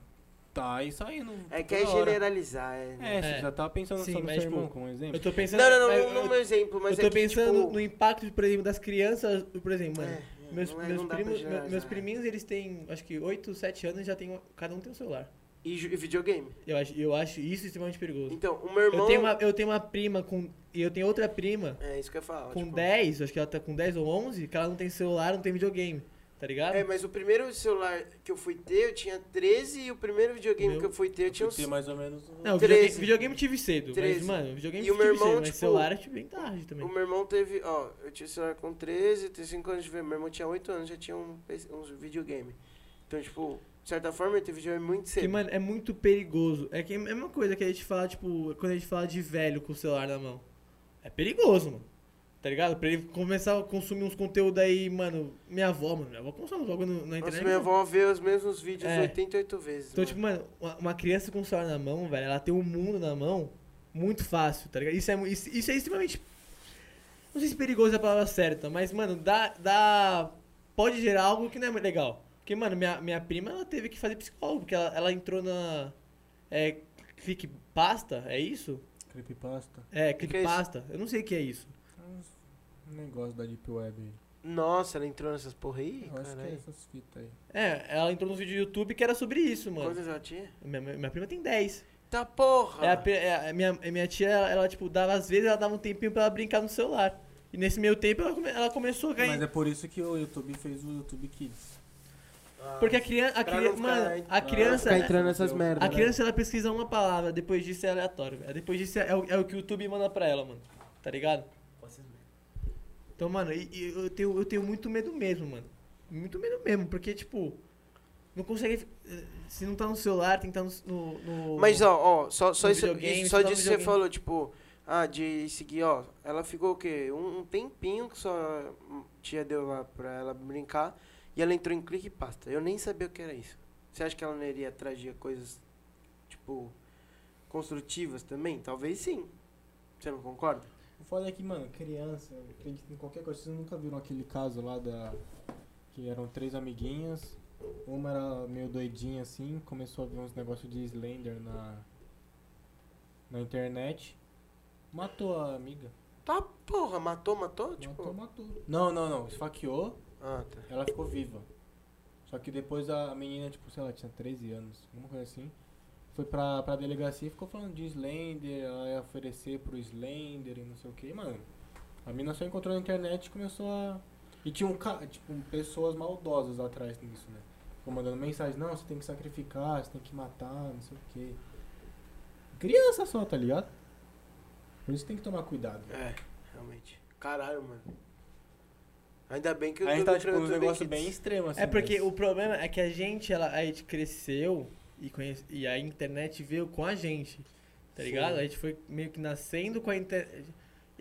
S2: tá aí saindo.
S1: É que é
S2: toda hora.
S1: generalizar. É, né?
S2: É, você
S3: É.
S2: já tava pensando
S3: Sim,
S2: só no
S3: mas,
S2: seu
S3: tipo,
S2: irmão, como exemplo.
S3: Eu tô pensando.
S1: Não, não, não,
S3: eu-
S1: não, não é um exemplo, mas
S3: eu
S1: é
S3: tô
S1: que,
S3: pensando
S1: tipo,
S3: no impacto, por exemplo, das crianças, por exemplo, mano.
S1: é,
S3: Meus,
S1: não é-
S3: meus
S1: não dá pra
S3: primos,
S1: generalizar. é.
S3: meus priminhos, eles têm, acho que 8, 7 anos e já tem, um- cada um tem um celular.
S1: E, ju- e videogame.
S3: Eu acho, eu acho isso extremamente perigoso.
S1: Então, o meu irmão.
S3: Eu tenho, uma, eu tenho uma prima com. E eu tenho outra prima
S1: É isso que eu ia falar.
S3: com
S1: tipo,
S3: 10, acho que ela tá com 10 ou 11, que ela não tem celular, não tem videogame. tá ligado?
S1: É, mas o primeiro celular que eu fui ter, eu tinha 13 e o primeiro videogame
S3: Meu,
S1: que eu fui ter, eu tinha
S2: Eu
S1: uns.
S2: ter mais ou menos. um-
S3: Não,
S1: 13.
S3: videogame, videogame eu tive cedo,
S1: 13.
S3: mas, mano, videogame
S1: E o
S3: eu tive
S1: meu irmão,
S3: cedo, mas
S1: tipo,
S3: celular eu tive bem tarde também.
S1: O meu irmão teve, ó, eu tinha celular com 13, eu tinha 5 anos de ver, meu irmão tinha 8 anos, já tinha um, PC uns videogame. Então, tipo, de certa forma, ele teve videogame muito
S3: Porque,
S1: cedo.
S3: mano, é muito perigoso. É que é a mesma coisa que a gente fala, tipo, quando a gente fala de velho com o celular na mão. É perigoso, mano. Tá ligado? Pra ele começar a consumir uns conteúdos aí, mano. Minha avó, mano. Minha avó consome logo no- na internet.
S1: Nossa, Então, minha
S3: mano.
S1: avó vê os mesmos vídeos
S3: né? É.
S1: 88 vezes.
S3: Então,
S1: mano.
S3: tipo, mano, uma, uma criança com o celular na mão, velho, ela tem um mundo na mão muito fácil, tá ligado? Isso é, mu- isso, isso é extremamente. Não sei se perigoso é a palavra certa, mas, mano, dá. dá pode gerar algo que não é legal. Porque, mano, minha, minha prima, ela teve que fazer psicólogo, porque ela, ela entrou na. É. Clique pasta? É isso?
S2: Creepypasta.
S3: É,
S1: que
S3: clique
S1: é isso?
S3: pasta. Eu não sei o que é isso.
S2: Um negócio da Deep Web aí.
S1: Nossa, ela entrou nessas porra aí?
S2: Eu acho que é
S1: Caralho.
S2: essas fitas aí.
S3: É, ela entrou nos vídeos do YouTube que era sobre isso, mano.
S1: Quantas ela tinha?
S3: Minha, minha prima tem 10.
S1: Tá porra!
S3: É a, pe- é a minha, a minha tia, ela, ela, tipo, dava, às vezes ela dava um tempinho pra ela brincar no celular. E nesse meio tempo ela, come- ela começou a ganhar.
S2: Mas é por isso que o YouTube fez o YouTube Kids.
S3: Porque a criança. A
S1: é Pra
S3: cria-
S1: não ficar né?
S3: mano,
S1: en-
S3: a criança.
S2: ficar
S4: entrando nessas
S2: Eu-
S4: merdas.
S3: A
S1: né?
S3: criança ela pesquisa uma palavra, depois disso é aleatório. velho. Depois disso é, o, é o que o YouTube manda pra ela, mano. Tá ligado? Então, mano, e- e eu, tenho, eu tenho muito medo mesmo, mano. Muito medo mesmo, porque, tipo. Não consegue. eh, Se não tá no celular, tem que estar no. no-
S1: Mas, ó, ó, só, só,
S3: no
S1: isso,
S3: videogame,
S1: isso-
S3: só
S1: só
S3: no
S1: disso que você
S3: videogame.
S1: falou, tipo, ah, de seguir, ó, ela ficou o quê? Um, um tempinho que sua tia deu lá pra ela brincar e ela entrou em clique e pasta. Eu nem sabia o que era isso. Você acha que ela não iria atrás de coisas, tipo, construtivas também? Talvez sim. Você não concorda?
S2: O foda é que, mano, criança acredita em qualquer coisa. Vocês nunca viram aquele caso lá da. Que eram três amiguinhas. Uma era meio doidinha assim, começou a ver uns negócios de Slender na. na internet. Matou a amiga.
S1: Tá, porra, matou, matou? Tipo,
S2: Matou, matou. Não, não, não. Esfaqueou,
S1: ah, tá.
S2: ela ficou viva. Só que depois a menina, tipo, sei lá, tinha 13 anos, alguma coisa assim. Foi pra, pra delegacia e ficou falando de Slender, ela ia oferecer pro Slender e não sei o que, mano. A mina só encontrou na internet e começou a. E tinha um ca... tipo, pessoas maldosas atrás nisso, né? Ficou mandando mensagem, não, você tem que sacrificar, você tem que matar, não sei o que. Criança só, tá ligado? Por isso tem que tomar cuidado.
S1: É, realmente. Caralho, mano. Ainda bem que é eu
S2: Aí
S1: tô
S2: tá,
S1: no
S2: tipo, um
S1: YouTube
S2: negócio
S1: Kids.
S2: bem extremo, assim.
S3: É porque
S2: mas-
S3: o problema é que a gente, ela, a gente cresceu e, conhece, e a internet veio com a gente, tá
S1: Sim.
S3: ligado? A gente foi meio que nascendo com a internet.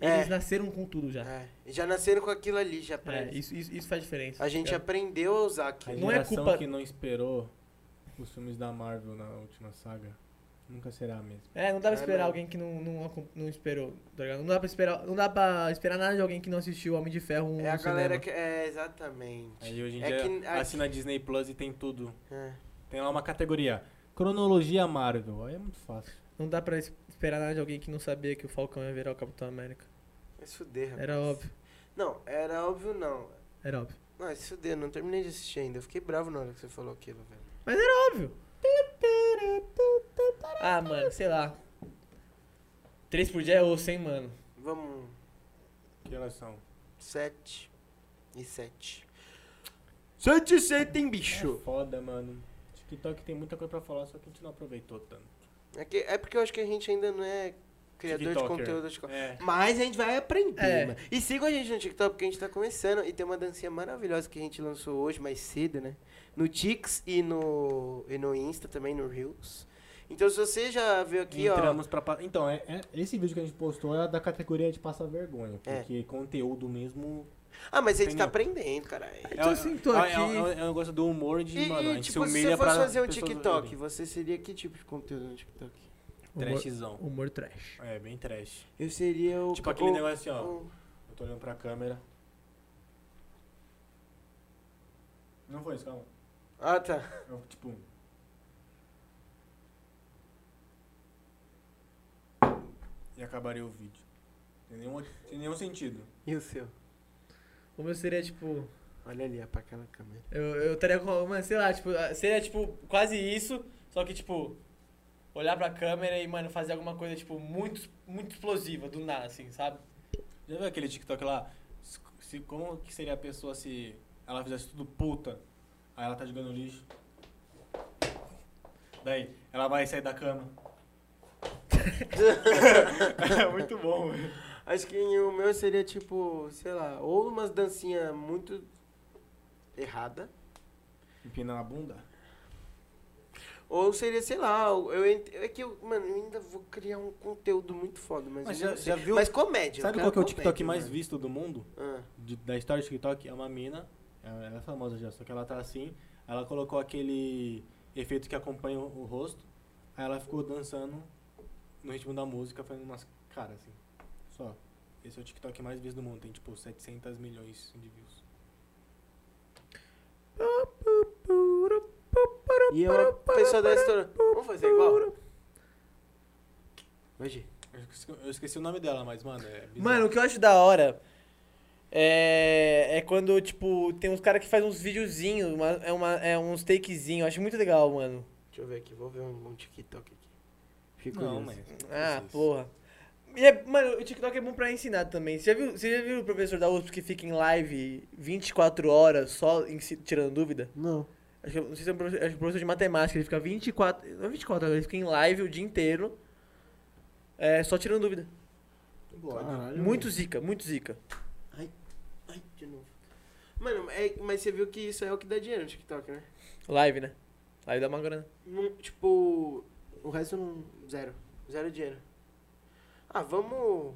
S1: É.
S3: Eles nasceram com tudo já.
S1: É, já nasceram com aquilo ali, já pra
S3: É,
S1: eles.
S3: isso, isso, isso faz diferença.
S1: A
S3: tá
S1: gente é-
S3: ligado?
S1: aprendeu a usar
S2: A
S1: aquilo.
S3: Não é
S2: geração
S3: culpa-
S2: que não esperou os filmes da Marvel na última saga nunca será a mesma.
S3: é... não dá pra
S1: É,
S3: esperar
S1: mano.
S3: alguém que não, não, acom- não esperou, tá ligado? Não dá pra esperar, não dá pra esperar nada de alguém que não assistiu Homem de Ferro um no
S1: É a galera
S3: cinema.
S1: que. É, exatamente.
S2: Aí hoje em
S1: É
S2: dia
S1: que-
S2: assina Disney Plus e tem tudo.
S1: É.
S2: Tem lá uma categoria. Cronologia Marvel. Aí é muito fácil.
S3: Não dá pra es- esperar nada de alguém que não sabia que o Falcão ia virar o Capitão América.
S1: É se fuder, rapaz.
S3: Era óbvio,
S1: Não, era óbvio não.
S3: era óbvio.
S1: Não, é se fuder, não terminei de assistir ainda. Eu fiquei bravo na hora que você falou aquilo, velho.
S3: Óbvio. Ah, mano, sei lá. Três por dia é osso, hein, mano.
S1: Vamos.
S2: Que elas são?
S1: 7 e 7. 7 e 7 tem
S2: É
S1: bicho.
S2: foda, mano. TikTok tem muita coisa pra falar, só que a gente não aproveitou tanto.
S1: É, que, é porque eu acho que a gente ainda não é criador de
S2: TikToker.
S1: conteúdo. acho que-
S2: É.
S1: Mas a gente vai aprender,
S3: É.
S1: mano. E sigam a gente no TikTok, porque a gente tá começando. E tem uma dancinha maravilhosa que a gente lançou hoje, mais cedo, né? No Tix e no, e no Insta também, no Reels. Então, se você já veio aqui,
S2: Entramos pra. pa- Então, é, é- esse vídeo que a gente postou é da categoria de passar vergonha.
S1: É.
S2: Porque conteúdo mesmo.
S1: ó... Ah, mas a gente tá
S2: Entendeu?
S1: aprendendo, caralho.
S3: Então, assim, tô
S2: é,
S3: aqui.
S2: É, é, é um negócio do humor de.
S1: E,
S2: mano, a
S1: e,
S2: gente se
S1: tipo, se
S2: humilha
S1: você
S2: pra
S1: fosse fazer um
S2: pessoas
S1: TikTok,
S2: verem.
S1: você seria que tipo de conteúdo no TikTok?
S2: Trashzão.
S3: Humor, humor trash.
S2: É, bem trash.
S1: Eu seria o...
S2: Tipo aquele
S1: o-
S2: negócio assim, ó.
S1: o-
S2: Eu tô olhando pra câmera. Não foi isso, calma.
S1: Ah, tá.
S2: Eu, tipo. E acabaria o vídeo. Sem nenhum, sem nenhum sentido.
S1: E o seu?
S3: O meu seria, tipo.
S1: Olha ali, apaga aquela câmera.
S3: Eu, eu estaria com. Mano, sei lá, tipo. Seria, tipo, quase isso. Só que, tipo. Olhar pra câmera e, mano, fazer alguma coisa, tipo, muito, muito explosiva, do nada, assim, sabe?
S2: Já viu aquele TikTok lá? Se, como que seria a pessoa se ela fizesse tudo puta, aí ela tá jogando lixo. Daí, ela vai sair da cama. [LAUGHS] é muito bom, velho.
S1: Acho que o meu seria tipo, sei lá, ou umas dancinhas muito errada,
S2: Empina na bunda.
S1: ou seria, sei lá, eu ent... é que eu, mano, eu ainda vou criar um conteúdo muito foda, mas,
S2: Mas
S1: eu
S2: já-
S1: não sei.
S2: já viu-
S1: Mas comédia. eu
S2: Sabe
S1: quero
S2: qual que é o
S1: comédia,
S2: TikTok mais
S1: mano.
S2: visto do mundo?
S1: Ah.
S2: de- da história do TikTok é uma mina, ela ela é famosa já, só que ela tá assim, ela colocou aquele efeito que acompanha o, o rosto, aí ela ficou dançando no ritmo da música, fazendo umas caras assim, só. Esse é o TikTok mais visto do mundo, tem tipo 700 milhões de views.
S1: E eu, pessoa da história, vamos fazer igual? Hoje.
S2: Eu esqueci, eu esqueci o nome dela, mas, mano, é bizarro.
S3: Mano, o que eu acho da hora é, é quando, tipo, tem uns caras que fazem uns videozinhos, uma, é, uma, é uns takezinhos. Eu acho muito legal, mano.
S1: Deixa eu ver aqui, vou ver um, um TikTok aqui. Fico
S2: Não,
S1: curioso.
S2: mas...
S3: Ah,
S2: vocês-
S3: porra. E é- mano, o TikTok é bom pra ensinar também. Você já viu, você já viu o professor da USP que fica em live 24 horas só ensi- tirando dúvida?
S4: Não.
S3: Acho que, não sei se é um professor, acho que é um professor de matemática, ele fica 24. Não é 24 horas, ele fica em live o dia inteiro. É, só tirando dúvida.
S1: Tá
S4: Caralho.
S3: Muito zica, muito zica.
S1: Ai, de novo. Mano, é- mas você viu que isso é o que dá dinheiro no TikTok, né?
S3: Live, né? Live dá uma grana.
S1: Não, tipo, o resto não. Zero. Zero dinheiro. Ah, vamos.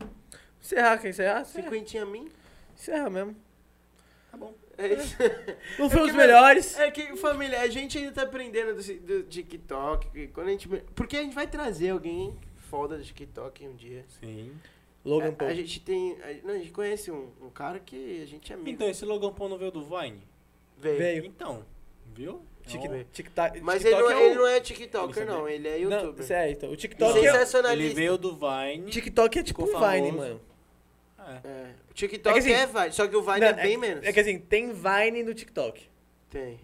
S3: Encerrar, quer encerrar? Encerra.
S1: Cinquentinha a mim?
S3: Encerra mesmo.
S2: tá
S1: É isso.
S3: Não foi
S1: É
S3: os
S1: que,
S3: melhores.
S1: É que, família, a gente ainda tá aprendendo do, do TikTok. que Quando a gente, porque a gente vai trazer alguém foda do TikTok um dia.
S2: Sim.
S1: a,
S3: Logan
S1: a
S3: Paul.
S1: gente tem. A, não, a gente conhece um, um cara que a gente é amigo.
S2: Então, esse Logan Paul não veio do Vine?
S1: Veio.
S3: Veio.
S2: Então, viu?
S3: Tic-
S2: É um-
S3: tic-tac-
S1: Mas ele
S3: TikTok
S1: não,
S3: é
S1: é,
S3: o-
S1: ele não é TikToker,
S2: Ele sabia.
S1: não. Ele é
S3: Não,
S1: youtuber.
S3: sério, então. O
S1: Não,
S3: TikTok é,
S2: Ele
S1: sensacionalista.
S2: veio do
S1: assim.
S2: Vine.
S3: TikTok é tipo
S2: Ficou
S3: um
S2: famoso.
S3: Vine, mano.
S2: É.
S1: É. O TikTok
S3: É que assim-
S1: é Vine, só que o Vine
S3: Não,
S1: é bem menos.
S3: É que assim, tem Vine no TikTok.
S1: Tem. Muito.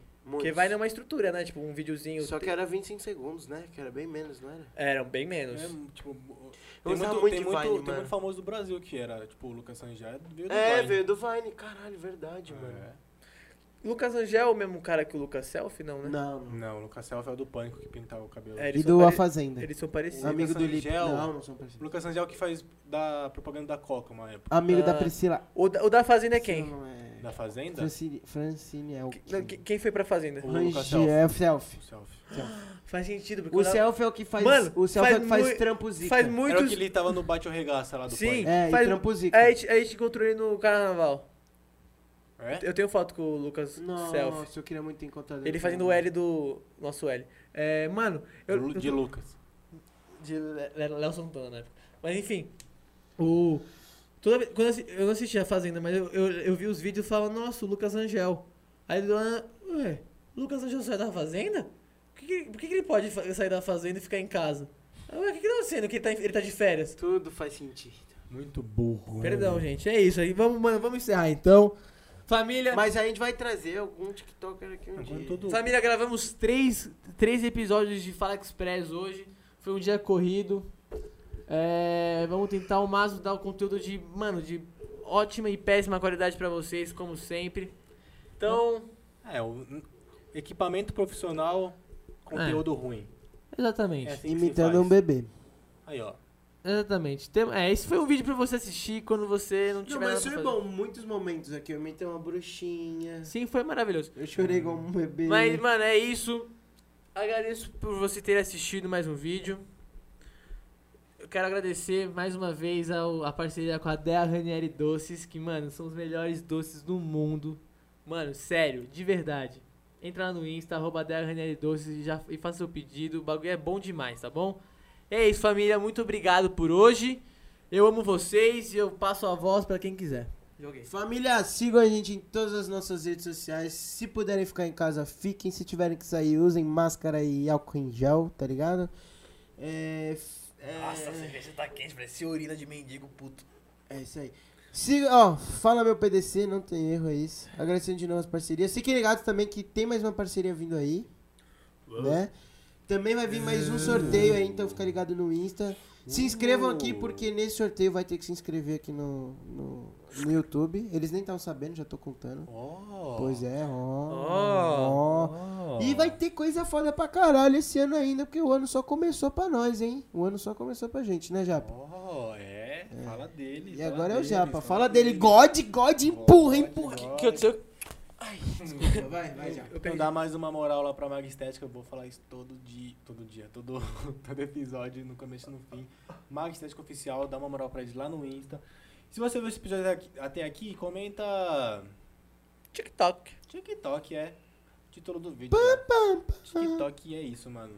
S3: Porque Vine é uma estrutura, né? Tipo, um videozinho.
S1: Só que
S3: tem-
S1: era 25 segundos, né? Que era bem menos, não era?
S3: Eram bem menos.
S2: É, tipo,
S1: Eu
S2: tem
S1: usava
S2: muito,
S1: muito
S2: tem,
S1: de
S2: muito,
S1: Vine,
S2: tem
S1: mano.
S2: muito famoso do Brasil que era, tipo, o Lucas Sanjá veio do
S1: É,
S2: Vine.
S1: veio do Vine. Caralho, verdade, mano.
S2: É.
S3: Lucas Angel é o mesmo cara que o Lucas Selfie, não, né?
S4: Não, não.
S2: Não, o Lucas Self é o do Pânico que pintava o cabelo.
S3: É,
S4: E
S3: eles,
S4: do
S3: são
S4: A
S3: pare-
S4: Fazenda.
S1: né?
S3: eles são parecidos.
S4: Amigo
S2: Lucas
S4: do Lipe.
S2: Angel.
S4: Não, não são
S2: O
S4: parecidos.
S2: Lucas Sanjá é o que faz da propaganda da Coca uma época.
S4: Amigo
S3: Ah,
S4: da Priscila.
S3: O da, o da Fazenda é
S4: Priscila
S3: quem?
S4: Não é...
S2: Da Fazenda?
S4: Francine, Francine é o.
S3: Que- não, que- Quem foi pra Fazenda?
S2: O Lucas
S4: Rangel, é o self.
S2: O Self.
S3: Faz sentido, porque
S4: O
S3: da-
S4: self é o que faz.
S3: Mano,
S4: o self
S3: faz
S4: é o que faz
S3: mui-
S4: trampo zica.
S3: faz
S2: Era o
S3: muitos.
S2: que ele tava no Bate ou Regaça lá do
S3: Sim,
S2: Pânico.
S4: É,
S3: faz-
S4: e trampo zica.
S3: Aí a gente- aí a gente encontrou ele no carnaval.
S2: É?
S3: Eu tenho foto com o Lucas
S1: Nossa,
S3: Selfie.
S1: eu queria muito encontrar
S3: Ele fazendo o L do. Nosso L. É, mano, eu.
S2: Lu- De Lucas.
S3: de
S1: é,
S3: Le- Le- Léo Santana na época. Mas enfim. O. Toda vez, quando eu, assi- eu não assisti a Fazenda, mas eu, eu, eu vi os vídeos e falava, nossa, o Lucas Angel. Aí do nada, ué, o Lucas Angel sai da Fazenda? Por que, que- por que, que ele pode fa- sair da Fazenda e ficar em casa? Ah, Ué, o que, que tá acontecendo? Que ele tá, em- ele tá de férias.
S1: Tudo faz sentido.
S2: Muito burro.
S3: Perdão, gente. É isso aí. Vamos, mano, vamos encerrar então. Família.
S1: Mas a gente vai trazer algum TikToker aqui um dia.
S2: Agora todo...
S5: Família, gravamos três, três episódios de Fala Express hoje. Foi um dia corrido. É, vamos tentar ao máximo dar o conteúdo de, mano, de ótima e péssima qualidade pra vocês, como sempre. Então,
S2: É, o... equipamento profissional, conteúdo ruim.
S5: exatamente.
S2: É assim que se
S4: Imitando
S2: faz.
S4: um bebê.
S2: Aí, ó.
S5: Exatamente. Tem- é, esse foi um vídeo pra você assistir quando você não é tiver
S1: Não, mas
S5: nada pra
S1: foi
S5: fazer.
S1: bom. Muitos momentos aqui. Eu imitei uma bruxinha.
S5: Sim, foi maravilhoso.
S1: Eu chorei igual um bebê.
S5: Mas, mano, é isso. Agradeço por você ter assistido mais um vídeo. Eu quero agradecer mais uma vez ao- a parceria com a Dea Ranieri Doces, que, mano, são os melhores doces do mundo. Mano, sério, de verdade. Entra lá no Insta, arroba Dea Ranieri Doces e, já, e faça seu pedido. O bagulho é bom demais, tá bom? É isso, família. Muito obrigado por hoje. Eu amo vocês e eu passo a voz pra quem quiser. Joguei.
S4: Família, sigam a gente em todas as nossas redes sociais. Se puderem ficar em casa, fiquem. Se tiverem que sair, usem máscara e álcool em gel, tá ligado? É. f- é-
S3: cerveja tá quente, parece urina de mendigo, puto.
S4: É isso aí. Siga, ó, fala meu PDC, não tem erro, é isso. Agradecendo de novo as parcerias. Fiquem ligados também que tem mais uma parceria vindo aí. Né? Também vai vir mais um sorteio aí, então fica ligado no Insta.
S1: Se inscrevam aqui, porque nesse sorteio vai ter que se inscrever aqui no, no, no YouTube. Eles nem estavam sabendo, já tô contando.
S9: Ó.
S1: Pois é, ó. ó.
S9: Ó.
S1: E vai ter coisa foda pra caralho esse ano ainda, porque o ano só começou pra nós, hein? O ano só começou pra gente, né, Japa?
S9: Ó, é. Fala dele.
S1: E
S9: fala
S1: agora é o
S9: dele,
S1: Japa. Fala dele. God, God, empurra, empurra.
S9: God.
S3: que aconteceu?
S1: Vai, vai, Japa.
S3: Eu
S2: Então
S3: perdi.
S2: dá mais uma moral lá pra Maga Estética, eu vou falar isso todo dia, todo dia, todo, [LAUGHS] todo episódio, no começo e no fim. Maga Estética Oficial, dá uma moral pra eles lá no Insta. Se você viu esse episódio aqui- até aqui, comenta
S3: TikTok.
S2: TikTok, é o título do vídeo. né? TikTok e é isso, mano.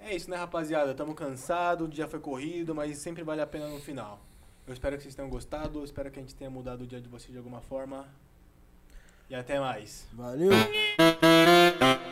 S2: É isso, né, rapaziada? Tamo cansado, o dia foi corrido, mas sempre vale a pena no final. Eu espero que vocês tenham gostado, eu espero que a gente tenha mudado o dia de vocês de alguma forma. E até mais.
S1: Valeu.
S9: Ó.